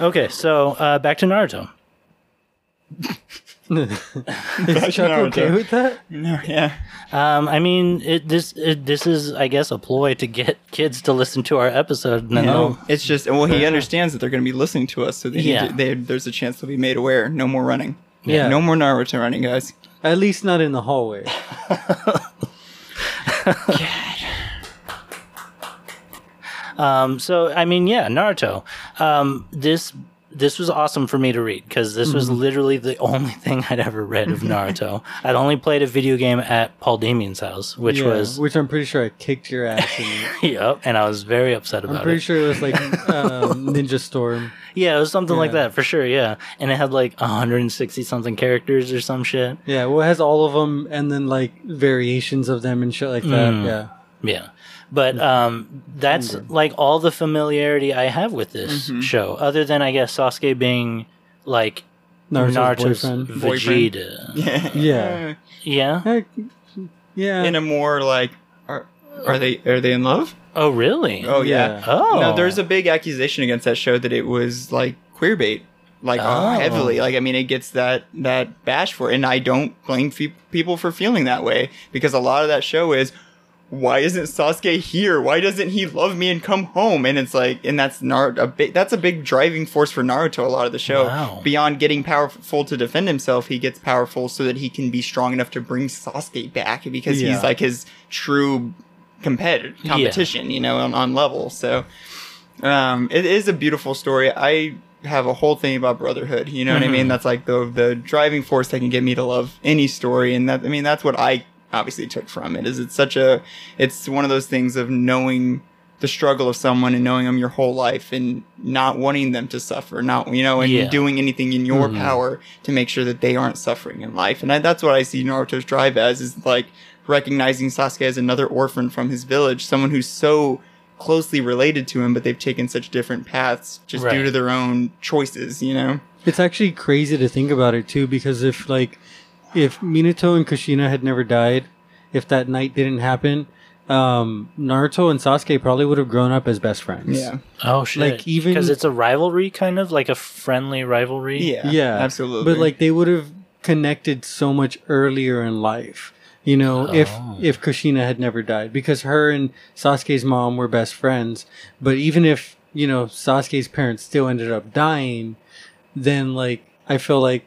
Okay, so uh, back to Naruto.
Is Chuck
Naruto.
okay with that?
No, yeah.
Um, I mean, it, this it, this is, I guess, a ploy to get kids to listen to our episode. And then
No,
they'll-
it's just well, he understands that they're going to be listening to us, so they need
Yeah.
to, they, there's a chance they'll be made aware. No more running.
Yeah.
No more Naruto running, guys.
At least not in the hallway.
Um, so I mean, yeah, Naruto. Um, this this was awesome for me to read because this was
Mm-hmm.
literally the only thing I'd ever read of Naruto. I'd only played a video game at Paul Damien's house, which
Yeah,
was
which I'm pretty sure I kicked your ass. In.
yep, and I was very upset
I'm
about
pretty
it.
sure it was like um, Ninja Storm.
Yeah, it was something like
Yeah.
that for sure. Yeah, and it had like 160 something characters or some shit.
Yeah, well, it has all of them and then like variations of them and shit like that.
Mm.
Yeah.
Yeah.
Mm-hmm.
But um, that's like all the familiarity I have with this
Mm-hmm.
show, other than I guess Sasuke being like
Naruto's,
Naruto's
boyfriend.
Boyfriend.
Vegeta.
Yeah.
Yeah.
Yeah.
Heck, yeah.
In a more like, are, are they are they in love?
Oh, really?
Oh yeah.
Yeah.
Oh.
No, there's a big accusation against that show that it was like queer bait, like uh,
Oh.
heavily. Like I mean, it gets that that bash for, it. and I don't blame fe- people for feeling that way because a lot of that show is. Why isn't Sasuke here? Why doesn't he love me and come home? And it's like, and that's Nar- a big, that's a big driving force for Naruto. A lot of the show,
Wow.
beyond getting powerful to defend himself, he gets powerful so that he can be strong enough to bring Sasuke back because
Yeah.
he's like his true competitor, competition, you know, on, on level. So, um, it is a beautiful story. I have a whole thing about brotherhood. You know what I mean? That's like the the driving force that can get me to love any story, and that I mean that's what I obviously took from it. Is it's such a it's one of those things of knowing the struggle of someone and knowing them your whole life and not wanting them to suffer, not you know, and
Yeah.
doing anything in your
Mm-hmm.
power to make sure that they aren't suffering in life. And I, that's what I see Naruto's drive as is like recognizing Sasuke as another orphan from his village, someone who's so closely related to him, but they've taken such different paths just
Right.
due to their own choices, you know?
It's actually crazy to think about it too, because if like if Minato and Kushina had never died, if that night didn't happen, um, Naruto and Sasuke probably would have grown up as best friends.
Yeah.
oh shit.
like, even-
because it's a rivalry, kind of like a friendly rivalry.
Yeah.
yeah,
Absolutely.
But like they would have connected so much earlier in life. You know, if
Oh.
if Kushina had never died, because her and Sasuke's mom were best friends. But even if you know Sasuke's parents still ended up dying, then like I feel like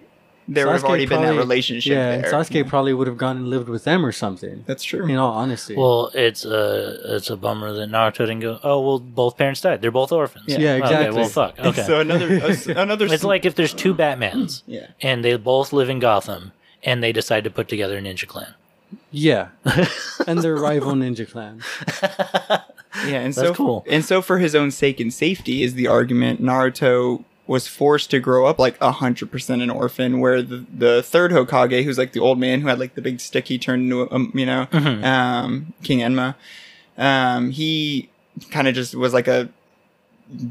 there would have
Sasuke
already been
probably-
that relationship
yeah, and
there.
Sasuke probably would have gone and lived with them or something.
That's true.
In all honesty,
Well, it's a it's a bummer that Naruto didn't go. Oh well, both parents died. They're both orphans.
Yeah.
Yeah,
Okay,
exactly.
well, fuck. Okay.
So another, another,
it's like if there's two Batmans
yeah.
and they both live in Gotham and they decide to put together a ninja clan.
yeah, and their rival ninja clan.
Yeah, and
That's
so
cool.
and so for his own sake and safety is the argument. Naruto was forced to grow up like hundred percent an orphan, where the, the third Hokage, who's like the old man who had like the big stick, he turned into um, you know
Mm-hmm.
um, King Enma. Um, he kind of just was like a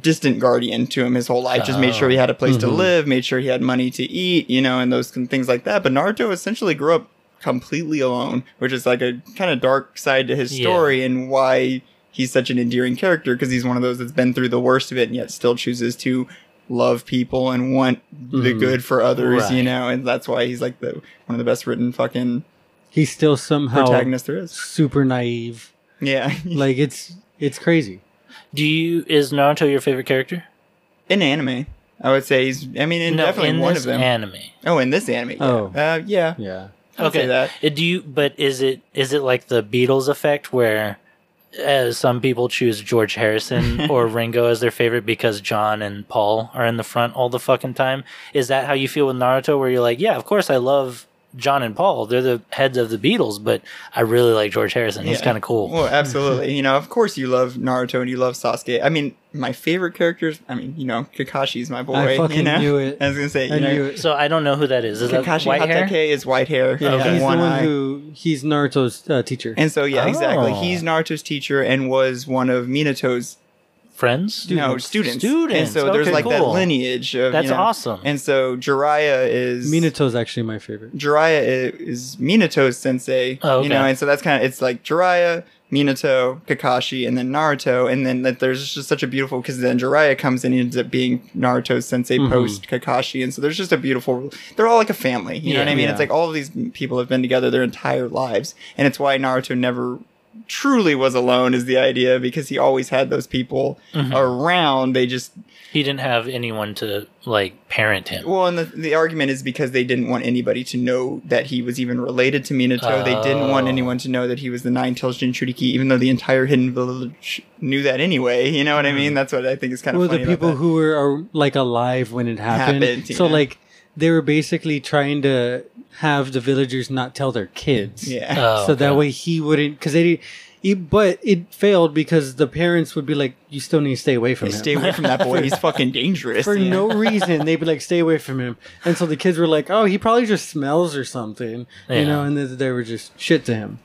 distant guardian to him his whole life. Just made sure he had a place to
Mm-hmm.
live, made sure he had money to eat, you know, and those kin- things like that. But Naruto essentially grew up completely alone, which is like a kind of dark side to his
Yeah.
story and why he's such an endearing character because he's one of those that's been through the worst of it and yet still chooses to love people and want the
Mhm.
good for others, you
Right.
know, and that's why he's like the one of the best written fucking
He's still somehow
protagonists there is.
super naive.
Yeah.
Like it's it's crazy.
Do you is Naruto your favorite character?
in anime, I would say he's I mean in definitely
in
one
this
of them.
anime.
oh, in this anime. Yeah.
Oh.
Uh, yeah.
Yeah.
I'd say
Okay,
that.
Uh, do you? But is it is it like the Beatles effect where? Uh, some people choose George Harrison or Ringo as their favorite because John and Paul are in the front all the fucking time. Is that how you feel with Naruto? Where you're like, yeah, of course I love John and Paul. They're the heads of the Beatles, but I really like George Harrison. He's
Yeah.
kind of cool.
Well, absolutely. you know, of course you love Naruto and you love Sasuke. I mean, my favorite characters, I mean, you know, Kakashi's my boy.
I fucking
you know?
knew it.
I was going to say,
I
you know,
knew it.
So I don't know who that is. Is that
Kakashi
white hair?
Hatake is white hair.
Yeah,
okay.
he's the
one
one
eye.
who he's Naruto's uh, teacher.
And so, yeah, exactly.
Oh.
He's Naruto's teacher and was one of Minato's
Friends?
no students.
Students.
And
Students.
so there's
Okay,
like that
cool.
lineage of
That's
you know-
awesome.
And so Jiraiya is
Minato's actually my favorite.
Jiraiya i- is Minato's sensei,
Oh,
you know,
okay.
and so that's kind of it's like Jiraiya, Minato, Kakashi, and then Naruto, and then that there's just such a beautiful because then Jiraiya comes in and ends up being Naruto's sensei
Mm-hmm.
Mhm.
post Kakashi, and so there's just a beautiful. They're all like a family, you know
Yeah.
what I mean?
Yeah.
It's like all of these people have been together their entire lives, and it's why Naruto never truly was alone is the idea because he always had those people
Mm-hmm.
around. They just
He didn't have anyone to like parent him.
well, and the, the argument is because they didn't want anybody to know that he was even related to Minato. They didn't want
Oh.
anyone to know that he was the Nine Tails Jinchuriki, even though the entire Hidden Village knew that anyway. You know what I
Mm.
mean? That's what I think is kind of
Well,
funny
the people
about
who were are, like alive when it happened.
Happened,
so
yeah.
like they were basically trying to have the villagers not tell their kids.
that. Yeah.
Oh,
so that
okay.
way he wouldn't because they didn't. he- but it failed because the parents would be like, "You still need to stay away
Uh,
from him."
Stay away from that boy. He's fucking dangerous.
for
Yeah.
no reason, they'd be like, "Stay away from him," and so the kids were like, "Oh, he probably just smells or something,"
Yeah.
you know, and then they were just shit to him.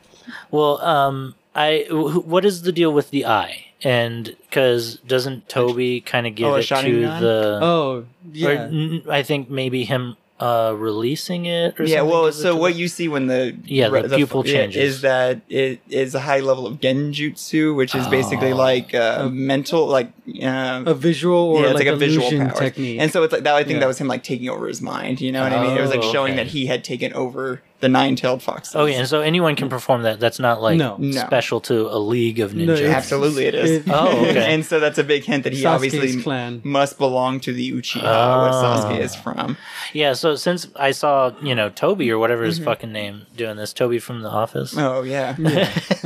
Well, um, I wh- what is the deal with the eye? And because doesn't Toby kind of give
Oh, a
it to
shining eye?
the?
Oh,
Uh, or
yeah,
n- I think maybe him uh releasing it. Or
Yeah,
something
well,
gives it
so
to
what
the-
you see when the
Yeah, the pupil
yeah,
changes.
is that it is a high level of genjutsu, which is basically
Oh.
like
Oh.
uh, mental, like uh,
a visual
yeah,
or
it's
like,
like, a visual
illusion
powers.
technique.
And so it's like that. I think
Yeah.
that was him like taking over his mind. You know what I mean? It was like
Oh,
showing
okay.
that he had taken over the nine-tailed foxes.
Okay, Oh, and so anyone can perform that. That's not like
No.
No.
special to a league of
No,
ninjas.
absolutely it is.
It-
Oh, okay.
and so that's a big hint that he
Sasuke's
obviously
clan.
must belong to the Uchiha,
Ah.
where Sasuke is from.
Yeah, so since I saw, you know, Toby or whatever his fucking name doing this, Toby from The Office,
Oh yeah.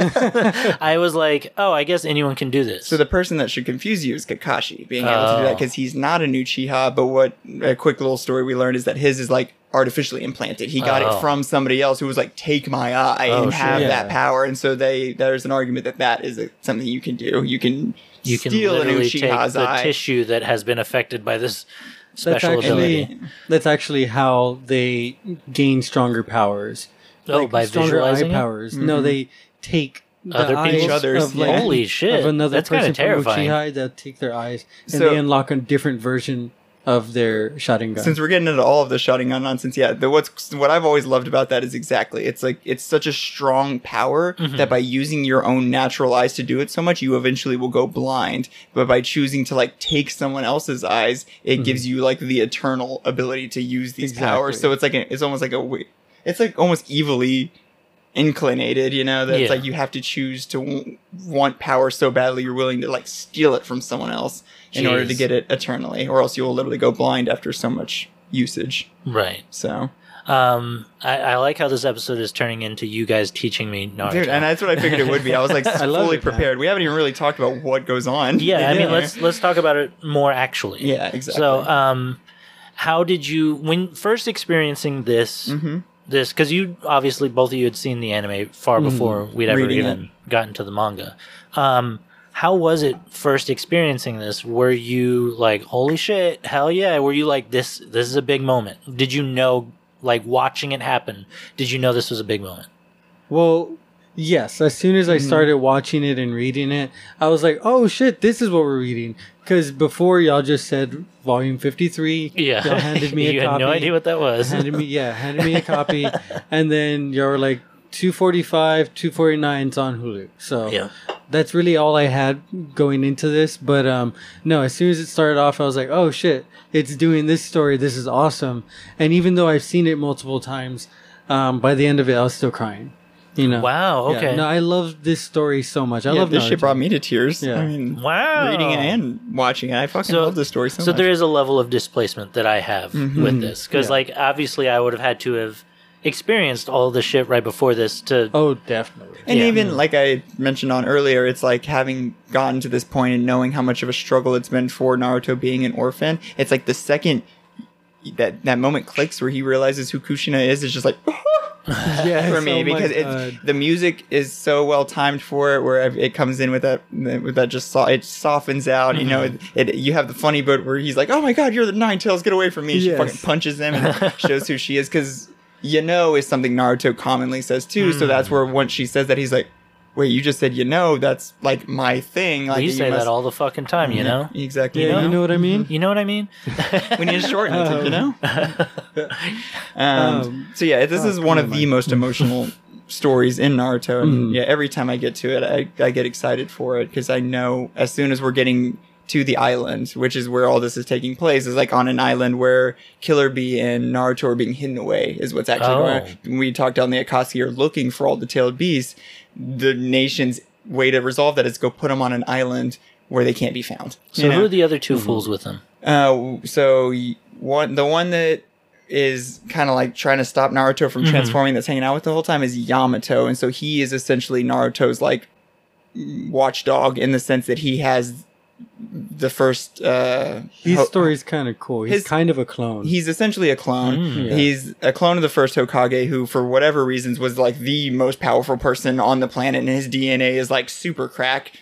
I was like, oh, I guess anyone can do this.
So the person that should confuse you is Kakashi being able to do that
Oh.
because he's not an Uchiha. But what a quick little story we learned is that his is like artificially implanted. He got
Oh.
it from somebody else who was like, "Take my eye
Oh,
and
sure.
have
Yeah.
that power." And so they there's an argument that that is a, something you can do. You can
you can
steal an
literally take
Uchiha's
the
eye.
tissue that has been affected by this
that's
special
actually
ability.
that's actually how they gain stronger powers.
Oh, by
stronger eye
visualizing it? Mm-hmm.
powers. No, they take the
Other
eyes
people's-
Others,
of like
yeah.
Holy shit.
of another
That's kind
person
of terrifying.
from Uchiha that take their eyes and
So-
they unlock a different version of their Sharingan.
since we're getting into all of the shutting on nonsense, yeah, the, what's what I've always loved about that is exactly it's like it's such a strong power that by using your own natural eyes to do it so much, you eventually will go blind. But by choosing to like take someone else's eyes, it gives you like the eternal ability to use these powers.
Exactly.
So it's like a, it's almost like a wa- it's like almost evilly inclinated, you know, that it's
Yeah.
like you have to choose to w- want power so badly you're willing to like steal it from someone else in order to
Jeez.
get it eternally, or else you will literally go blind after so much usage.
Right.
So,
Um, I, I like how this episode is turning into you guys teaching me Naruto.
dude, and that's what I figured it would be. I was like
love
fully
it, man.
prepared. We haven't even really talked about what goes on.
yeah, I mean, let's let's talk about it more actually.
Yeah, exactly.
So, um, how did you when first experiencing this?
Mm-hmm.
Mm-hmm.
This because you obviously both of you had seen the anime far
Mm-hmm.
before we'd ever
Reading
even gotten to the manga. Um, how was it first experiencing this? Were you like, holy shit, hell yeah? Were you like, this this is a big moment? Did you know, like, watching it happen? Did you know this was a big moment?
well, Yes, as soon
Hmm.
as I started watching it and reading it, I was like, "Oh shit, this is what we're reading." Because before y'all just said volume fifty three.
Yeah.
y'all handed me
you
a
had
copy.
no idea what that was.
handed me yeah, handed me a copy, and then y'all were like, 245, 249 is on Hulu. So
Yeah.
that's really all I had going into this. But um, no, as soon as it started off, I was like, oh shit, it's doing this story. This is awesome. And even though I've seen it multiple times, um, by the end of it, I was still crying. You know?
Wow.
Yeah,
Okay.
no, I love this story so much. I
yeah,
love
this shit
Naruto.
brought me to tears.
Yeah.
I mean,
wow.
reading it and watching it, I fucking love this story so,
so
much.
there is a level of displacement that I have with this because,
Yeah.
like, obviously, I would have had to have experienced all the shit right before this to.
Oh, definitely.
And
Yeah.
even like I mentioned on earlier, it's like having gotten to this point and knowing how much of a struggle it's been for Naruto being an orphan. It's like the second that that moment clicks where he realizes who Kushina is, it's just like
yeah,
for me because
Uh,
it's, the music is so well timed for it, where it comes in with that with that just so, it softens out. You know, it,
Mm-hmm.
it you have the funny bit where he's like, "Oh my God, you're the Nine Tails, get away from me!" She
Yes.
fucking punches him and shows who she is because you know is something Naruto commonly says too. So
Mm.
that's where once she says that, he's like, "Wait, you just said you know? That's like my thing." Like
we
you
say
must-
that all the fucking time, you know.
exactly.
yeah, you know what I mean.
You know what I mean?
we need to shorten it, you know.
Um,
um, so yeah, this is one of the most emotional stories in Naruto, and
Mm-hmm.
yeah, every time I get to it, I, I get excited for it because I know as soon as we're getting to the island, which is where all this is taking place, is like on an island where Killer Bee and Naruto are being hidden away. Is what's actually going
Oh.
on we talked on the Akatsuki are looking for all the tailed beasts, the nation's way to resolve that is go put them on an island where they can't be found.
So
you
who
know?
are the other 2 fools with him?
Uh, w- so y- one, the one that is kind of like trying to stop Naruto from transforming, that's hanging out with the whole time, is Yamato, and so he is essentially Naruto's like watchdog in the sense that he has the first. Uh,
His
ho-
story's kind of cool. He's
his-
kind of a clone.
He's essentially a clone.
Yeah.
He's a clone of the first Hokage, who, for whatever reasons, was like the most powerful person on the planet, and his DNA is like super crack.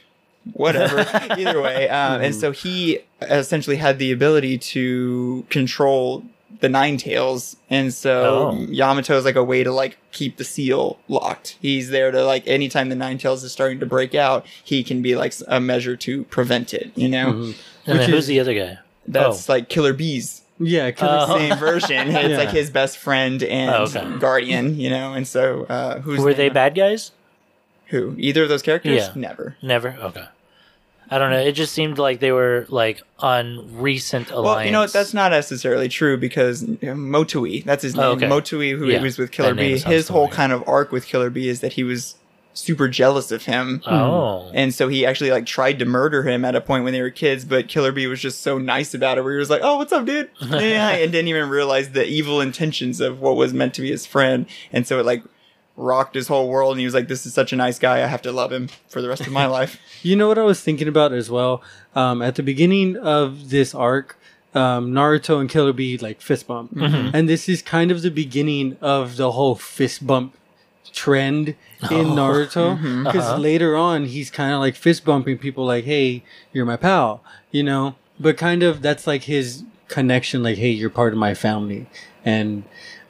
Whatever. Either way. Um, and so he essentially had the ability to control the Nine Tails. And so
Oh.
Yamato is like a way to like keep the seal locked. He's there to like anytime the Nine Tails is starting to break out, he can be like a measure to prevent it, you know?
And then
Which
who's
is-
the other guy?
That's like Killer Bees
yeah,
Uh-huh.
Killer
Oh.
same version. It's
Yeah.
like his best friend and
Oh, okay.
guardian, you know. And so, uh, who's
Were they bad guys?
Who either of those characters?
Yeah.
Never.
Never. Oh. Okay. I don't know. It just seemed like they were like on recent alliance.
Well, you know what? that's not necessarily true because uh, Motui, that's his name,
Oh, okay.
Motui, who
Yeah.
was with Killer
That name
Bee.
sounds
His whole
familiar.
kind of arc with Killer Bee is that he was super jealous of him.
Oh.
And so he actually like tried to murder him at a point when they were kids, but Killer Bee was just so nice about it where he was like, Oh, what's up, dude? Yeah, and didn't even realize the evil intentions of what was meant to be his friend. And so it like rocked his whole world and he was like, This is such a nice guy, I have to love him for the rest of my life.
You know what I was thinking about as well? Um, at the beginning of this arc, um, Naruto and Killer Bee like fist bump, and this is kind of the beginning of the whole fist bump trend in Naruto. Because later on, he's kind of like fist bumping people, like "Hey, you're my pal," you know. But kind of that's like his connection, like "Hey, you're part of my family, and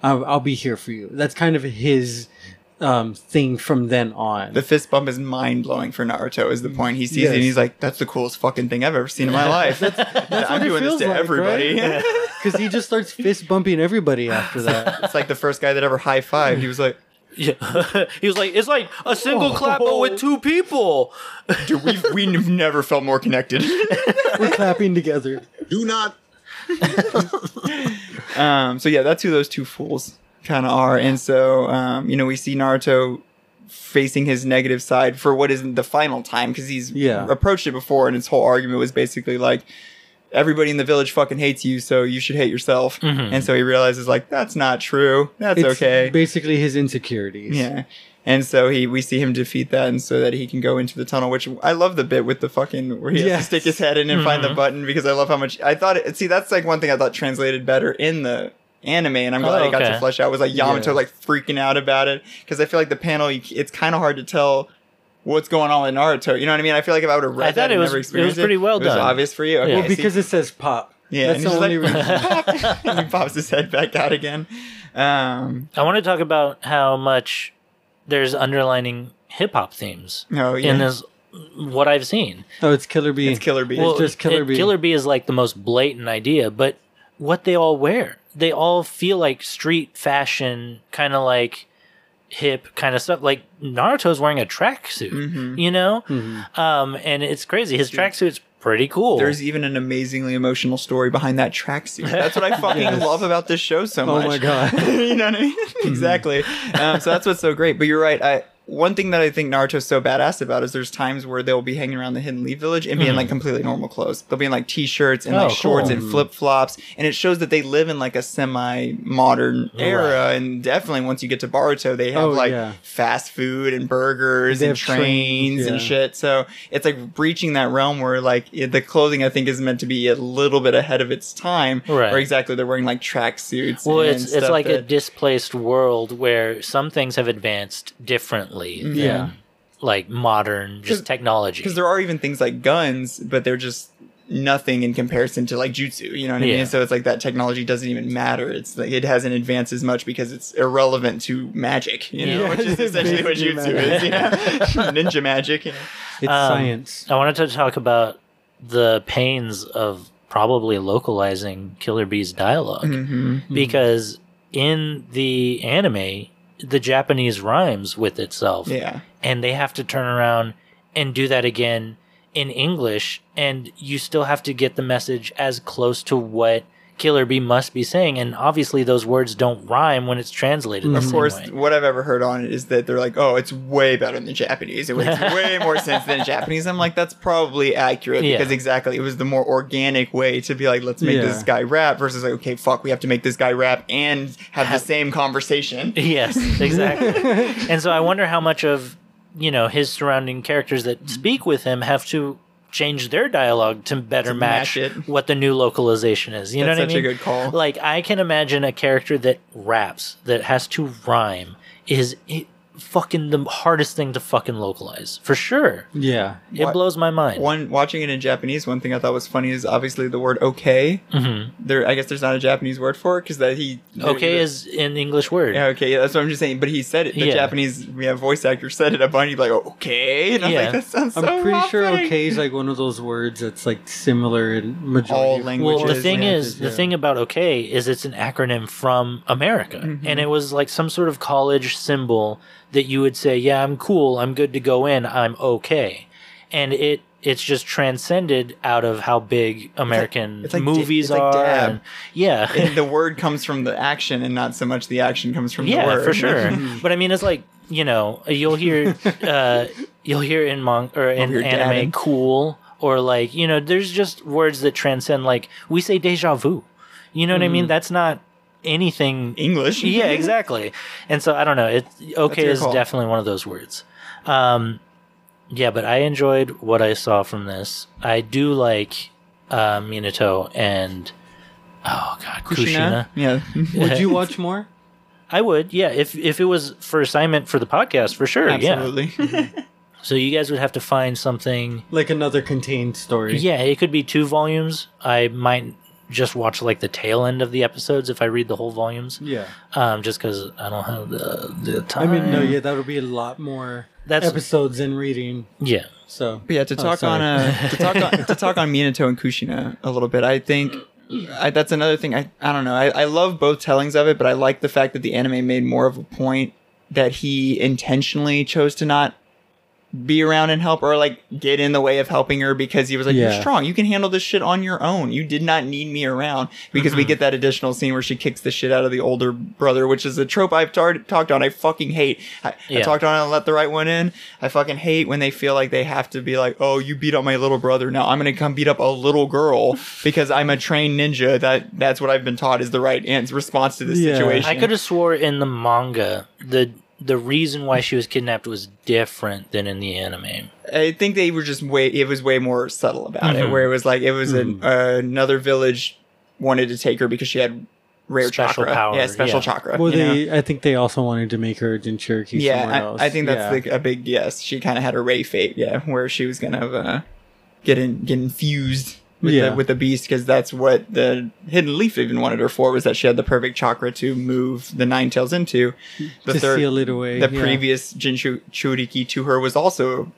I'll, I'll be here for you." That's kind of his um, thing from then on.
The fist bump is mind blowing for Naruto, is the point. He sees it
Yes.
and he's like, That's the coolest fucking thing I've ever seen in my life. I'm
what it
doing this
feels
to
like,
everybody.
right? Because he just starts fist bumping everybody after that.
it's like the first guy that ever high fived. He was like,
Yeah. he was like, it's like a single clap, but with two people.
Dude, we've, we've never felt more connected.
We're clapping together.
Do not
Um, so yeah, that's who those two fools kind of are. And so, um, you know, we see Naruto facing his negative side for what isn't the final time because he's
Yeah.
approached it before, and his whole argument was basically like, everybody in the village fucking hates you, so you should hate yourself. And so he realizes like that's not true. That's
Mm-hmm. It's
okay.
Basically, his insecurities.
Yeah. And so he, we see him defeat that, and so that he can go into the tunnel. Which I love the bit with the fucking where he has
Yes.
to stick his head in and find
Mm-hmm.
the button because I love how much I thought. It, see, that's like one thing I thought translated better in the anime, and I'm glad
Oh,
I got
okay.
to flesh out. Was like Yamato
Yeah.
like freaking out about it because I feel like the panel, you, c- it's kind of hard to tell what's going on with Naruto. You know what I mean? I feel like if I would have read
I thought
that
it
and
was-
never
it was
experienced
pretty well
it was
done.
obvious for you, okay,
Yeah.
Well,
see-
because it says pop.
yeah,
That's
and
the
he's
only
just
reason.
like, and he pops his head back out again. Um,
I want to talk about how much there's underlining hip hop themes
Oh, yeah.
in this what I've seen.
Oh, it's Killer B.
it's Killer Bee.
Well- just Killer Bee.
Killer Bee is like the most blatant idea, but what they all wear, they all feel like street fashion, kind of like hip kind of stuff. Like Naruto's wearing a tracksuit,
Mm-hmm.
you know, um, and it's crazy. His tracksuit's pretty cool.
There's even an amazingly emotional story behind that tracksuit. That's what I fucking
Yes.
love about this show so
Oh
much.
my God. Mm-hmm.
you know what I mean? exactly. Um, so that's what's so great. But you're right. I one thing that I think Naruto's so badass about is there's times where they'll be hanging around the Hidden Leaf Village and be
Mm-hmm.
in like completely normal clothes. They'll be in like t-shirts and
Oh,
like shorts
cool.
and flip flops, and it shows that they live in like a semi-modern era. And definitely once you get to Baruto, they have
Oh,
like
yeah.
fast food and burgers
They
and
have trains,
trains and
yeah.
shit. So it's like breaching that realm where like it- the clothing I think is meant to be a little bit ahead of its time.
Right.
Or exactly they're wearing like tracksuits.
well,
and
it's it's
stuff
like a
that-
displaced world where some things have advanced differently
Mm-hmm.
than
Yeah.
like modern just
'Cause-
technology.
because there are even things like guns, but they're just nothing in comparison to like jutsu. You know what I
Yeah.
mean? So it's like that technology doesn't even matter. It's like it hasn't advanced as much because it's irrelevant to magic. You know,
Yeah.
which is essentially what
Basically
jutsu
magic.
is. You know? ninja magic. You know?
It's
Um,
science.
I wanted to talk about the pains of probably localizing Killer Bee's dialog
Mm-hmm.
because in the anime, the Japanese rhymes with itself,
Yeah,
and they have to turn around and do that again in English, and you still have to get the message as close to what Killer Bee must be saying. And obviously, those words don't rhyme when it's translated. the
of
same
course.
way.
What I've ever heard on it is that they're like, "Oh, it's way better than Japanese. It makes way more sense than Japanese." I'm like, that's probably accurate
Yeah.
because exactly it was the more organic way to be like, "Let's make
Yeah.
this guy rap," versus like, "Okay, fuck, we have to make this guy rap and have the same conversation."
Yes, exactly. and so I wonder how much of you know his surrounding characters
Mm-hmm.
that speak with him have to change their dialogue to better
To
match,
match it.
what the new localization is. You
That's
know what
such
I
a
mean?
good call.
Like I can imagine a character that raps that has to rhyme is it fucking the hardest thing to fucking localize for sure.
yeah.
It
What-
blows my mind.
One watching it in Japanese, one thing I thought was funny is obviously the word "okay."
Mhm.
There, I guess there's not a Japanese word for it because that he
Okay is an English word.
yeah, okay, yeah, that's what I'm just saying. But he said it. The
Yeah.
Japanese we have voice actor said it a bunch. He'd be like, "Okay," and I'm
Yeah.
like, "That sounds so."
I'm pretty sure
off-putting."
okay is like one of those words that's like similar in majority
All
of-
languages.
Well, the
languages,
thing
yeah,
is,
just-
the
yeah.
thing about OK is it's an acronym from America,
Mm-hmm.
and it was like some sort of college symbol that you would say, "Yeah, I'm cool, I'm good to go in, I'm OK," and it it's just transcended out of how big American
it's like da-
movies
it's like
are.
dab.
and- yeah,
And the word comes from the action, and not so much the action comes from the
yeah,
word.
for sure. but I mean, it's like you know, you'll hear uh, you'll hear in mon or in
hear
anime,
dabbing.
cool or like you know, there's just words that transcend. Like we say deja vu. You know what I mean? That's not anything.
English.
yeah, exactly. And so I don't know. It okay
your
is
call.
definitely one of those words. Um, yeah, but I enjoyed what I saw from this. I do like uh, Minato and oh god, Kushina.
Kushina. Yeah.
Would you watch more?
I would, yeah. If if it was for assignment for the podcast, for sure,
Absolutely.
Mm-hmm. yeah. So you guys would have to find something.
Like another contained story.
Yeah, it could be two volumes. I might just watch like the tail end of the episodes if I read the whole volumes,
Yeah.
um, just because I don't have the the
I
time.
mean, no, yeah, that would be a lot more
That's-
episodes in reading.
yeah,
So
But yeah, to
Oh,
talk
sorry.
on uh, to talk on, to talk on Minato and Kushina a little bit. I think I, that's another thing. I I don't know. I, I love both tellings of it, but I like the fact that the anime made more of a point that he intentionally chose to not be around and help or like get in the way of helping her because he was like
Yeah.
you're strong you can handle this shit on your own you did not need me around because we get that additional scene where she kicks the shit out of the older brother which is a trope i've tar- talked on i fucking hate I,
Yeah.
I talked on it and let the right one in i fucking hate when they feel like they have to be like oh you beat up my little brother now i'm gonna come beat up a little girl because i'm a trained ninja that that's what i've been taught is the right answer response to this
Yeah.
situation
I could have swore in the manga the the reason why she was kidnapped was different than in the anime.
I think they were just way. It was way more subtle about
Mm-hmm.
it, where it was like it was an, uh,
Mm-hmm.
another village wanted to take her because she had rare
Special
chakra,
power,
yeah, special
yeah.
chakra.
Well,
you know?
they, I think they also wanted to make her in Cherokee somewhere
yeah,
else.
I, I think that's
Yeah.
like a big yes. She kind of had a ray fate, yeah, where she was gonna uh, get in, get infused with
Yeah.
the with the beast because that's what the hidden leaf even wanted her for was that she had the perfect chakra to move the nine tails into. The
to seal it away.
the
yeah.
previous Jinshu Churiki to her was also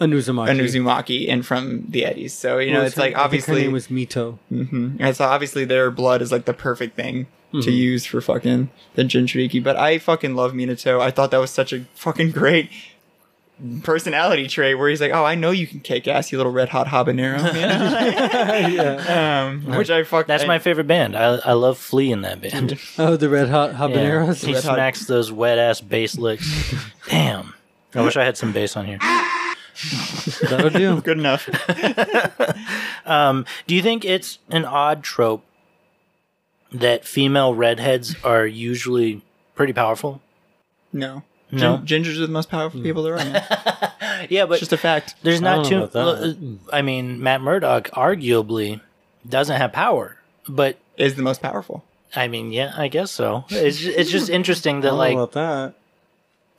Anuzumaki.
Anuzumaki and from the Eddies. So you know
What was
it's
her-
like
I think her
obviously
name was Mito.
hmm And so obviously their blood is like the perfect thing
Mm-hmm.
to use for fucking the Jinchuriki. But I fucking love Minato. I thought that was such a fucking great personality trait where he's like, oh, I know you can kick ass, you little red hot habanero.
yeah.
um, which I fuck.
That's
I-
my favorite band. I, I love Flea in that band.
Oh, the red hot
Yeah.
habaneros.
He
Red Hot-
smacks those wet ass bass licks. Damn. I wish I had some bass on here.
That'll do.
good enough.
Um, do you think it's an odd trope that female redheads are usually pretty powerful?
No.
No.
Gin- gingers are the most
Mm.
powerful people there are. man.
Yeah,
It's
but
just a fact.
there's not
I
too.
don't know about that.
l- uh, I mean, Matt Murdock arguably doesn't have power, but
Is the most powerful.
I mean, yeah, I guess so. It's ju- it's just interesting
I
that
don't
like
know about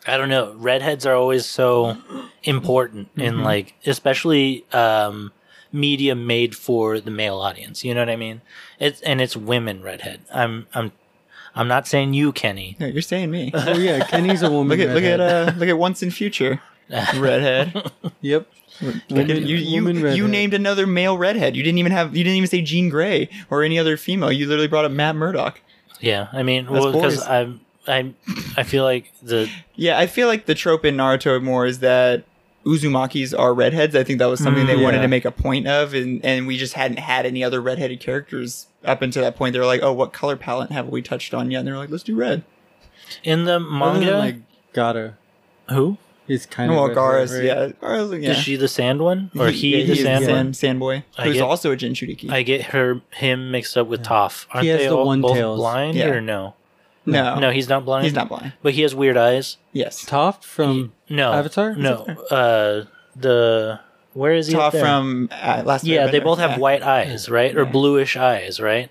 that.
I don't know. Redheads are always so important
Mm-hmm.
in like, especially um, media made for the male audience. You know what I mean? It's and it's women redhead. I'm I'm I'm not saying you, Kenny.
No, you're saying me.
Oh yeah, Kenny's a woman.
Look at look at
redhead.
uh look at once in future redhead.
Yep.
Like,
Woman-
you you,
woman
you
redhead.
named another male redhead. You didn't even have you didn't even say Jean Grey or any other female. You literally brought up Matt Murdock.
Yeah, I mean, well,
boys.
because I'm I I feel like the
Yeah, I feel like the trope in Naruto more is that Uzumakis are redheads. I think that was something they wanted
Mm, yeah.
to make a point of, and and we just hadn't had any other redheaded characters up until that point. They were like, oh, what color palette have we touched on yet? And they were like, let's do red.
in the
Other
manga
than, like Gara
who
is kind
Well,
of
Gaara's,
redhead, right?
yeah, Gaara's, yeah.
is she the sand one or he,
yeah,
the Uh,
is
sand one?
sand- sandboy,
I
who's
get-
also a Jinchuriki.
I get her him mixed up with Toph. Aren't
has
they
the
all both
one-tails.
blind
Yeah.
or no?
no,
No, he's not blind.
he's not blind.
But he has weird eyes.
Yes,
Toph from
No.
Avatar?
No. Uh the where is he? up
Toph
there?
from uh, last.
Yeah, they
Airbender.
both have
Yeah.
white eyes, right? Or
Yeah.
bluish eyes, right?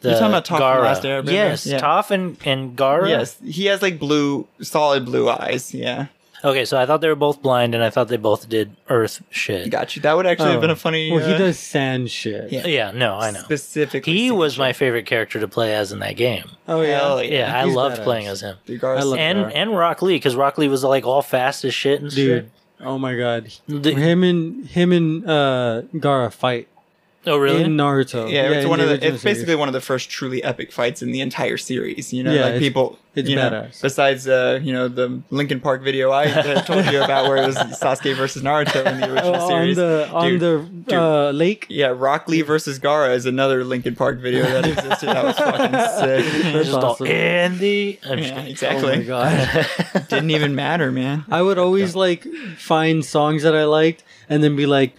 The
You're talking about Toph from Last Airbender?
Yes,
Yeah.
Toph and, and Gara.
Yes, he has like blue, solid blue eyes. Yeah,
Okay, so I thought they were both blind and I thought they both did earth shit.
got you. That would actually have been a funny.
Oh. Well,
uh,
he does sand shit.
Yeah.
Yeah, no, I know.
Specifically,
He was my favorite character to play as in that game.
Oh yeah.
Hell yeah.
Yeah, I
He's
loved
badass.
playing as him.
Dude, Gar's-
I love-
And
Gara.
and Rock Lee, because Rock Lee was like all fast as shit and
Dude. Oh my god.
shit. The-
him and him and uh Gara fight
oh really?
in Naruto.
yeah, it's
in
one of the.
original
It's
series.
basically one of the first truly epic fights in the entire series. You know,
Yeah,
like
it's-
people.
it's
you know,
badass.
Besides, uh, you know, the Lincoln Park video I had told you about, where it was Sasuke versus Naruto in the original
Oh, on
series.
the on
Dude,
the uh, lake.
yeah, Rock Lee versus Gara is another Lincoln Park video that existed. That was fucking sick.
It's just
awesome.
all Andy. I'm just
Yeah,
kidding.
exactly.
Oh my god.
Didn't even matter, man.
I would always like find songs that I liked and then be like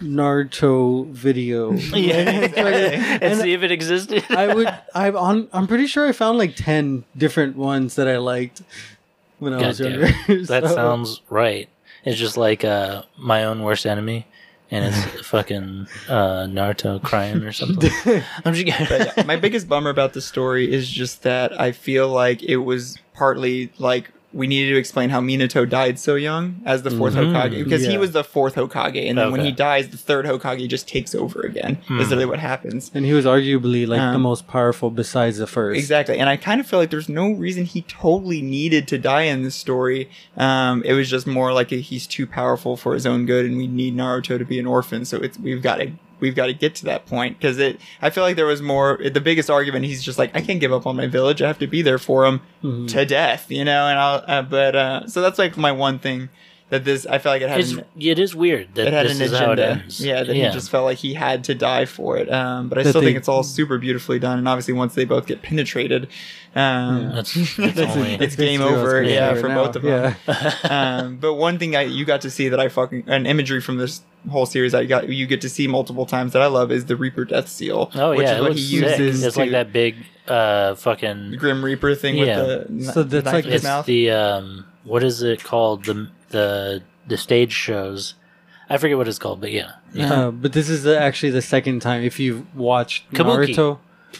Naruto video.
Yeah,
exactly.
and see if it existed.
I would I on I'm pretty sure I found like 10 different ones that I liked when I
God
was
damn
younger.
it. That
So-
sounds right. It's just like uh, my own worst enemy, and it's fucking uh, Naruto crying or something. I'm just kidding.
But yeah, my biggest bummer about the story is just that I feel like it was partly like we needed to explain how Minato died so young as the 4th Hokage because
Yeah.
he was the fourth Hokage, and then when
Okay.
he dies, the third Hokage just takes over again. Is really what happens.
And he was arguably like the
Um,
most powerful besides the first.
Exactly, and I kind of feel like there's no reason he totally needed to die in this story. Um, it was just more like a, he's too powerful for his own good, and we need Naruto to be an orphan. So it's we've got to we've got to get to that point because it. I feel like there was more. The biggest argument he's just like I can't give up on my village. I have to be there for him to death, you know. And I'll uh, but uh, so that's like my one thing that this I feel like it had
It's,
an,
it is weird that
it had
this
an
is how it
agenda.
ends.
Yeah, that he just felt like he had to die for it. Um, but I
That
still
they-
think it's all super beautifully done. And obviously, once they both get penetrated, um,
That's, that's only,
it's game
basically what I was
over.
gonna say
Yeah,
right
for
now.
both of
Yeah.
them. um, but one thing I you got to see that I fucking an imagery from this whole series I got you get to see multiple times that I love is the Reaper Death Seal.
oh
which
yeah,
is
it
what
looks
he uses
sick. It's like
to-
that big uh, fucking.
Grim Reaper thing
Yeah.
with the
So that's
knife
like-
in his
It's
mouth.
the um, what is it called? The the the stage shows. I forget what it's called, but yeah.
Uh, but this is the, actually the second time if you've watched
Kabuki.
Naruto.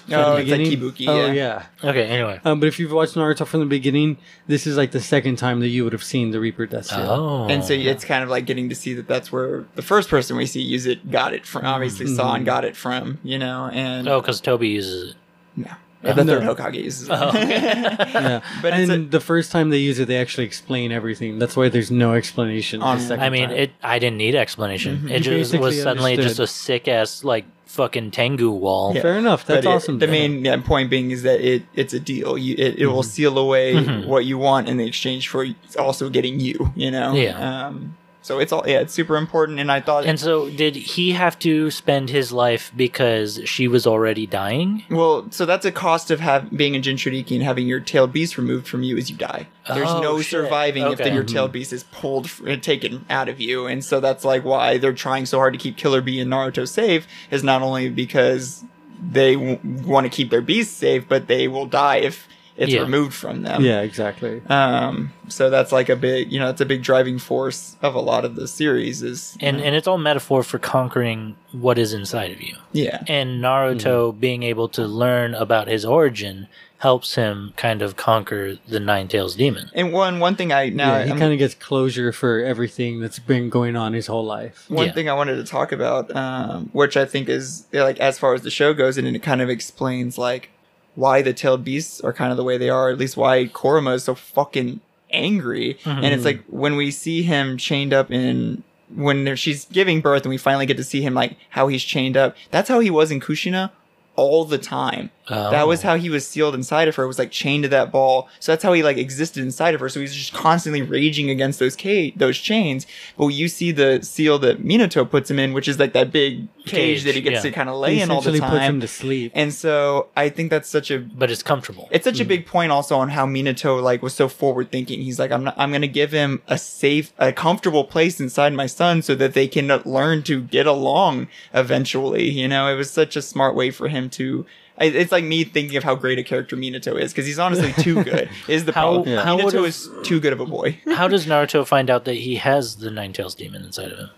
No,
the
it's like
beginning.
Kibuki.
Oh
yeah.
yeah.
Okay, anyway.
Um, but if you've watched Naruto from the beginning, this is like the second time that you would have seen the Reaper Death Seal.
Oh.
And so it's kind of like getting to see that that's where the first person we see use it got it from, obviously saw
Mm-hmm.
and got it from, you know, and
Oh, because Toby uses it.
no, the
No.
third Hokage uses it.
Oh.
Yeah.
But it's
and
a-
the first time they use it, they actually explain everything. That's why there's no explanation. the
On-
second
I mean,
time.
it. I didn't need explanation.
Mm-hmm.
It
You
just was
basically
suddenly just
understood.
a sick ass like fucking Tengu wall.
Yeah.
Fair enough. That's
But it-
awesome.
The
though.
main yeah, point being is that it it's a deal. You, it it will
Mm-hmm.
seal away what you want in exchange for also getting you. You know.
Yeah.
Um, so it's all yeah, it's super important. And I thought
And so, did he have to spend his life because she was already dying?
Well, so that's a cost of have, being a Jinchuriki and having your tail beast removed from you as you die. There's
Oh,
no
shit.
surviving if
Okay. Mm-hmm.
the, your tail beast is pulled, f- uh, taken out of you. And so that's like why they're trying so hard to keep Killer Bee and Naruto safe, is not only because they w- want to keep their beasts safe, but they will die if it's
Yeah.
removed from them.
yeah, exactly.
Um, so that's like a big, you know, that's a big driving force of a lot of the series is,
And and it's all metaphor for conquering what is inside of you.
yeah.
And Naruto
Mm-hmm.
being able to learn about his origin helps him kind of conquer the Nine Tails demon.
And one, one thing I now
yeah, he
I'm-
kind of gets closure for everything that's been going on his whole life.
one
Yeah.
thing I wanted to talk about, um, which I think is yeah, like as far as the show goes, and it kind of explains like why the tailed beasts are kind of the way they are, at least why Koroma is so fucking angry. And
Mm-hmm.
it's like when we see him chained up in when there- she's giving birth, and we finally get to see him like how he's chained up. That's how he was in Kushina all the time. That was
Oh.
how he was sealed inside of her. Was like chained to that ball. So that's how he like existed inside of her. So he's just constantly raging against those cage, those chains. But you see the seal that Minato puts him in, which is like that big cage,
Cage,
that he gets
yeah.
to kind of
He
lay in all the
essentially puts him
time.
to sleep.
and so I think that's such a
But it's comfortable.
it's such a big point also on how Minato like was so forward thinking. He's like, I'm not, I'm gonna give him a safe, a comfortable place inside my son so that they can learn to get along eventually. You know, it was such a smart way for him to. I- It's like me thinking of how great a character Minato is because he's honestly too good. Is the
How-
problem?
Yeah. how
Minato
would've-
is too good of a boy.
how does Naruto find out that he has the Nine Tails demon inside of him?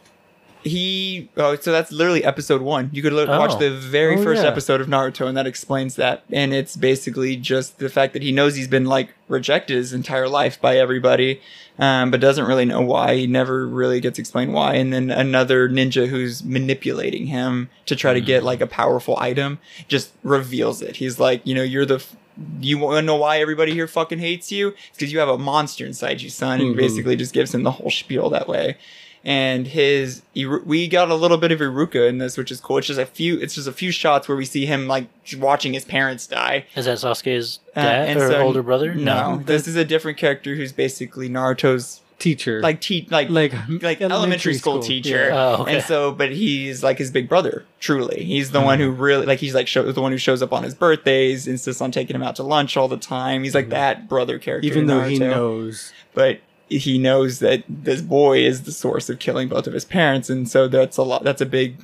He oh, so that's literally episode one. You could lo-
Oh.
watch the very
Oh,
first
yeah.
episode of Naruto, and that explains that. And it's basically just the fact that he knows he's been like rejected his entire life by everybody, um, but doesn't really know why. He never really gets explained why. And then another ninja who's manipulating him to try to
Mm-hmm.
get like a powerful item just reveals it. He's like, you know, you're the. F- you want to know why everybody here fucking hates you? It's because you have a monster inside you, son. And
Mhm.
basically just gives him the whole spiel that way and his Iru- we got a little bit of Iruka in this, which is cool. It's just a few. It's just a few shots where we see him like watching his parents die.
Is that Sasuke's
Uh,
dad
and
or
so-
older brother?
No, this is a different character who's basically Naruto's
Teacher,
like te- like
like
like elementary, school, teacher.
Yeah.
Oh, okay.
And so, but he's like his big brother. Truly, he's the one
Mm.
who really like he's like show, the one who shows up on his birthdays, insists on taking him out to lunch all the time. He's like that brother character.
Mm-hmm. Even
in
though he
Naruto
knows,
but he knows that this boy is the source of killing both of his parents and so that's a lot that's a big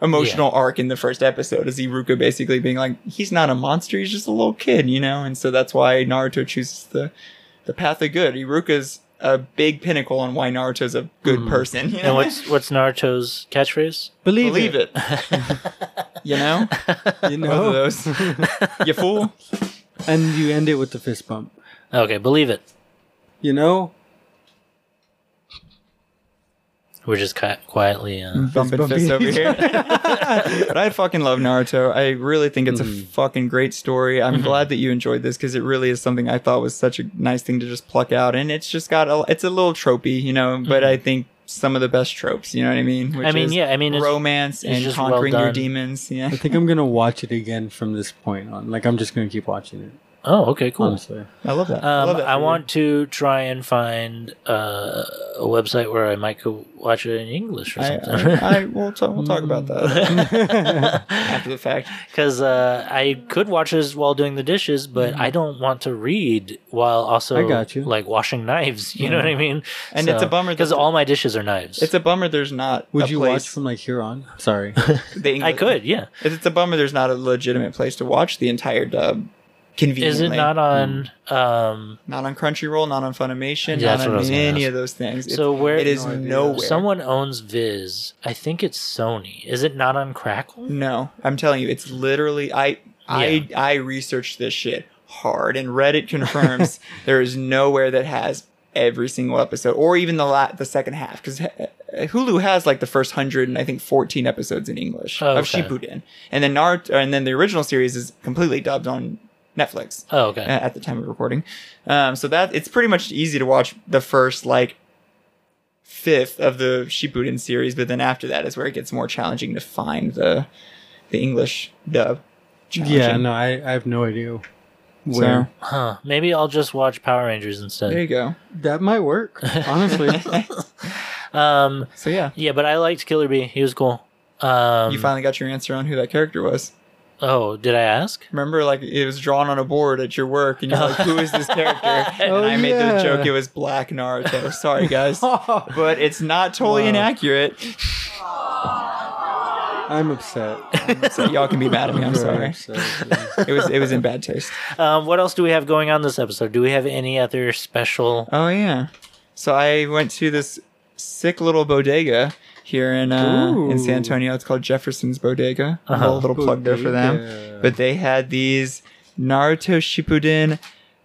emotional arc in the first episode is Iruka basically being like he's not a monster he's just a little kid you know and so that's why Naruto chooses the the path of good Iruka's a big pinnacle on why Naruto's a good person you
Hmm. And
know
what's what's Naruto's catchphrase?
believe,
believe it you know
Oh.
it. You
both of
know,
those you fool
and you end it with the fist bump.
Okay, believe it.
You know,
We're just qui- quietly. Uh,
bumping
bumping
fists over here. but I fucking love Naruto. I really think it's a fucking great story. I'm glad that you enjoyed this because it really is something I thought was such a nice thing to just pluck out, and it's just got a, it's a little tropey, you know, but I think some of the best tropes. You know what I mean? Which
I mean,
is
yeah, I mean, it's-
romance
it's
and
just well
conquering your
done.
demons. Yeah.
I think I'm gonna watch it again from this point on. Like I'm just gonna keep watching it.
oh, okay, cool.
Honestly,
I love that. I,
Um,
love that
I
for you.
want to try and find uh, a website where I might go watch it in English or
I,
something.
I, I- we'll, talk, we'll talk about that after the fact.
Because uh, I could watch this while doing the dishes,
Mm-hmm.
but I don't want to read while also
I got you.
like washing knives. You know what I mean?
Mm-hmm. And it's a bummer that-
because all my dishes are knives.
It's a bummer there's not.
would
a
you
place
watch from like here on? Sorry,
the
I
English-
could, yeah.
It's it's a bummer there's not a legitimate place to watch the entire dub. Conveniently.
Is it not on?
Mm.
Um,
Not on Crunchyroll, not on Funimation,
Yeah, that's
not
what I
on
was gonna
any
ask.
of those things. It's-
So where-
it is
No idea.
nowhere.
someone owns Viz. I think it's Sony. Is it not on Crackle?
Mm. no, I'm telling you, it's literally I. I I researched this shit hard, and Reddit confirms there is nowhere that has every single episode, or even the la- the second half, because Hulu has like the first hundred and I think fourteen episodes in English
Oh,
of
okay.
Shippuden, and then Naruto, and then the original series is completely dubbed on Netflix uh,
Oh, okay.
at the time of recording. Um, so that it's pretty much easy to watch the first like fifth of the Shippuden series, but then after that is where it gets more challenging to find the the English dub.
Yeah,
Challenging.
no, I, I have no idea
So,
where
Huh. Maybe I'll just watch Power Rangers
there
instead.
you go.
that might work. Honestly,
Um,
So yeah,
yeah, but I liked Killer B. He was cool. Um,
you finally got your answer on who that character was.
oh, did I ask?
Remember, like it was drawn on a board at your work, and you're like, "Who is this character?" And
Oh,
I made
yeah.
the joke it was Black Naruto. Sorry, guys, but it's not totally
Wow.
inaccurate.
I'm upset.
So y'all can be mad at me. I'm
Very
sorry.
upset, yeah.
It was it was in bad taste.
Um, what else do we have going on this episode? Do we have any other special?
Oh yeah. So I went to this sick little bodega here in uh, in
Ooh.
San Antonio. It's called Jefferson's Bodega. A
Uh-huh.
whole little plug there for
Bodega.
them. But they had these Naruto Shippuden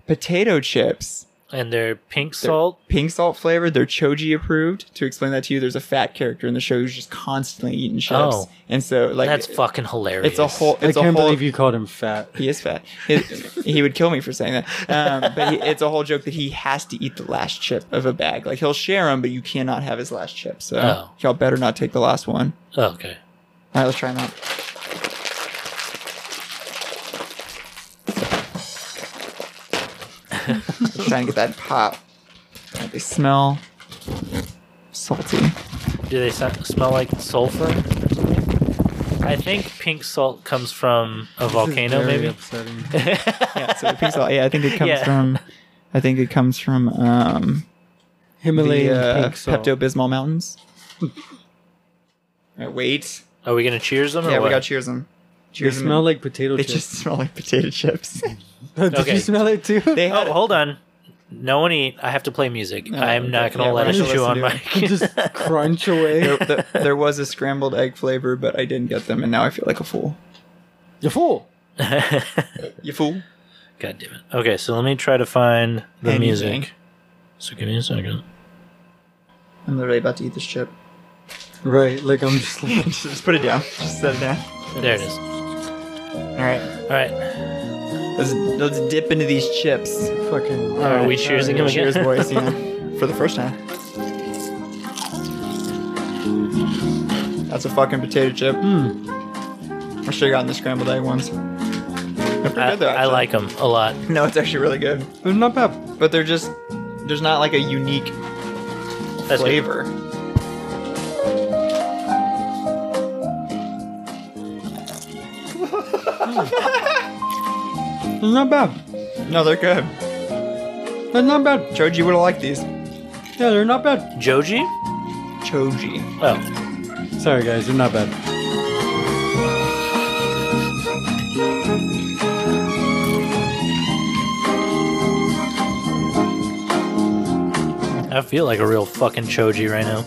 potato chips.
And their pink
They're
salt.
pink salt flavored. They're choji approved. To explain that to you, there's a fat character in the show who's just constantly eating chips,
Oh.
and so like
That's fucking hilarious.
It's a whole.
I
It's
can't
a whole,
believe you called him fat.
He is fat. He, he would kill me for saying that. Um, but he, it's a whole joke that he has to eat the last chip of a bag. Like he'll share them, but you cannot have his last chip. So
Oh.
y'all better not take the last one.
Okay.
All right, let's try them out. Just trying to get that pop. All right, they smell salty.
Do they s- smell like sulfur? I think pink salt comes from a volcano, maybe.
maybe.
Yeah, so the uh, pink salt. Yeah, I think it comes
Yeah.
from. I think it comes from um,
Himalayan
the uh,
pink salt.
Pepto Bismol mountains. All right, wait.
Are we gonna cheers them? Or
Yeah,
Oh, what?
we got cheers them.
They
Cheers them.
smell like potato
they
chips.
just smell like potato chips.
Did
Okay.
you smell it too?
they had
Oh, hold on. No one eat. I have to play music. I am not
okay.
gonna
Yeah,
let
we're
us
not
chew
gonna
on
listen
mic.
just crunch away.
there, there was a scrambled egg flavor, but I didn't get them, and now I feel like a fool.
You fool.
You fool.
God damn it. Okay, so let me try to find the
Anything.
music. So give me a second.
I'm literally about to eat this chip.
Right, like I'm just.
just, just put it down. Just set it down.
There it is.
All right.
All right.
Let's let's dip into these chips.
Fucking.
Are we choosing him again?
Cheers, boys. Yeah. For the first time. That's a fucking potato chip.
Hmm.
I should have gotten the scrambled egg ones. They're pretty
I,
good though.
I
actually.
like them a lot.
No, it's actually really good.
It's not bad.
But they're just there's not like a unique
That's good.
flavor.
It's not bad.
No, they're good.
It's not bad.
Choji would have liked these.
Yeah, they're not bad.
Joji?
Choji.
Oh,
Sorry, guys, they're not bad.
I feel like a real fucking Choji right now.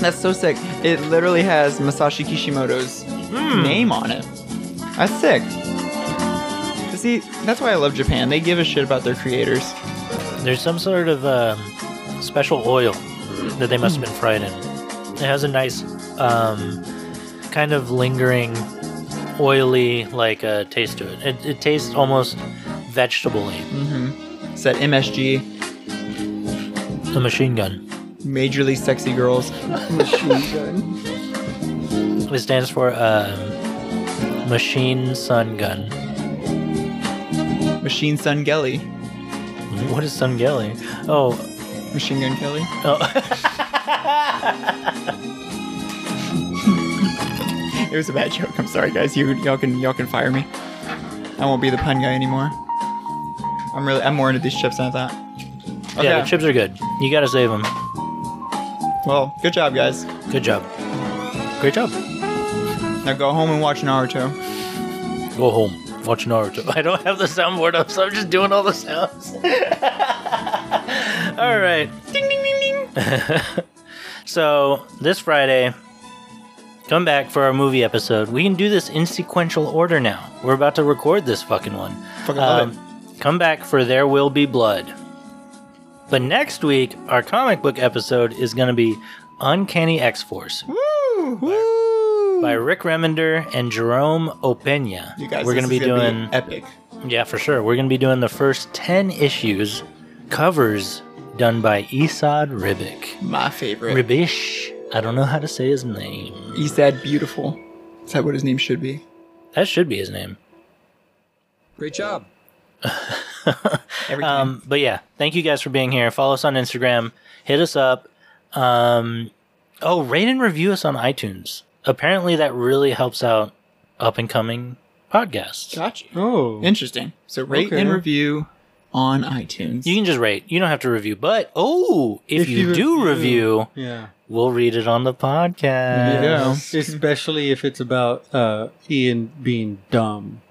That's so sick. It literally has Masashi Kishimoto's
Hmm.
name on it. That's sick. See, that's why I love Japan. They give a shit about their creators.
There's some sort of um, special oil that they must have been fried in. It has a nice, um, kind of lingering, oily like uh, taste to it. It, it tastes almost vegetable-y.
It's that MSG,
A machine gun.
Majorly Sexy Girls.
Machine gun.
It stands for um, machine sun gun.
Machine Sun Gelly.
What is sun gelly? Oh,
Machine Gun Kelly.
oh.
It was a bad joke. I'm sorry, guys. You y'all can y'all can fire me. I won't be the pun guy anymore. I'm really I'm more into these chips than I thought. Okay.
yeah, the chips are good. You gotta save them.
Well, good job, guys.
Good job. Great job.
Now go home and watch Naruto.
Go home. Watch Naruto. I don't have the soundboard up, so I'm just doing all the sounds. all right. Ding, ding, ding, ding. so, this Friday, Come back for our movie episode. We can do this in sequential order now. We're about to record this fucking one. Um,
Fucking love
Come back for There Will Be Blood. But next week, our comic book episode is going to be Uncanny X Force
Woo! Woo!
by Rick Remender and Jerome Opeña.
you guys,
We're
this
gonna be
is gonna
doing
epic.
Yeah, for sure. We're going to be doing the first 10 issues covers done by Esad Ribic.
My favorite.
Ribish. I don't know how to say his name.
He's that beautiful. Is that what his name should be?
That should be his name.
Great job.
Every time.
Um, but yeah, thank you guys for being here. Follow us on Instagram. Hit us up. Um, oh, rate and review us on iTunes. Apparently, that really helps out up and coming podcasts.
Gotcha.
Oh,
Interesting. So rate
Okay.
and review on iTunes.
You can just rate. You don't have to review. But oh, if, you, do review,
yeah,
we'll read it on the podcast.
Yeah. go.
especially if it's about uh, Ian being dumb.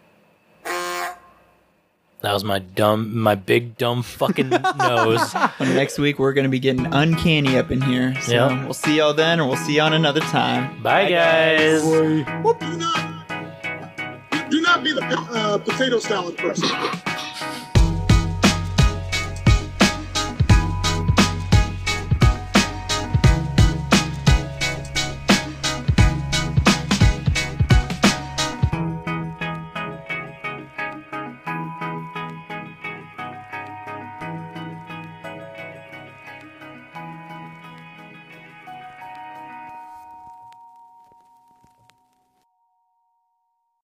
That was my dumb, my big dumb fucking nose.
Well, next week we're gonna be getting uncanny up in here. So
Yeah.
we'll see y'all then, or we'll see you on another time.
Bye, guys.
Do not be the uh, potato salad person.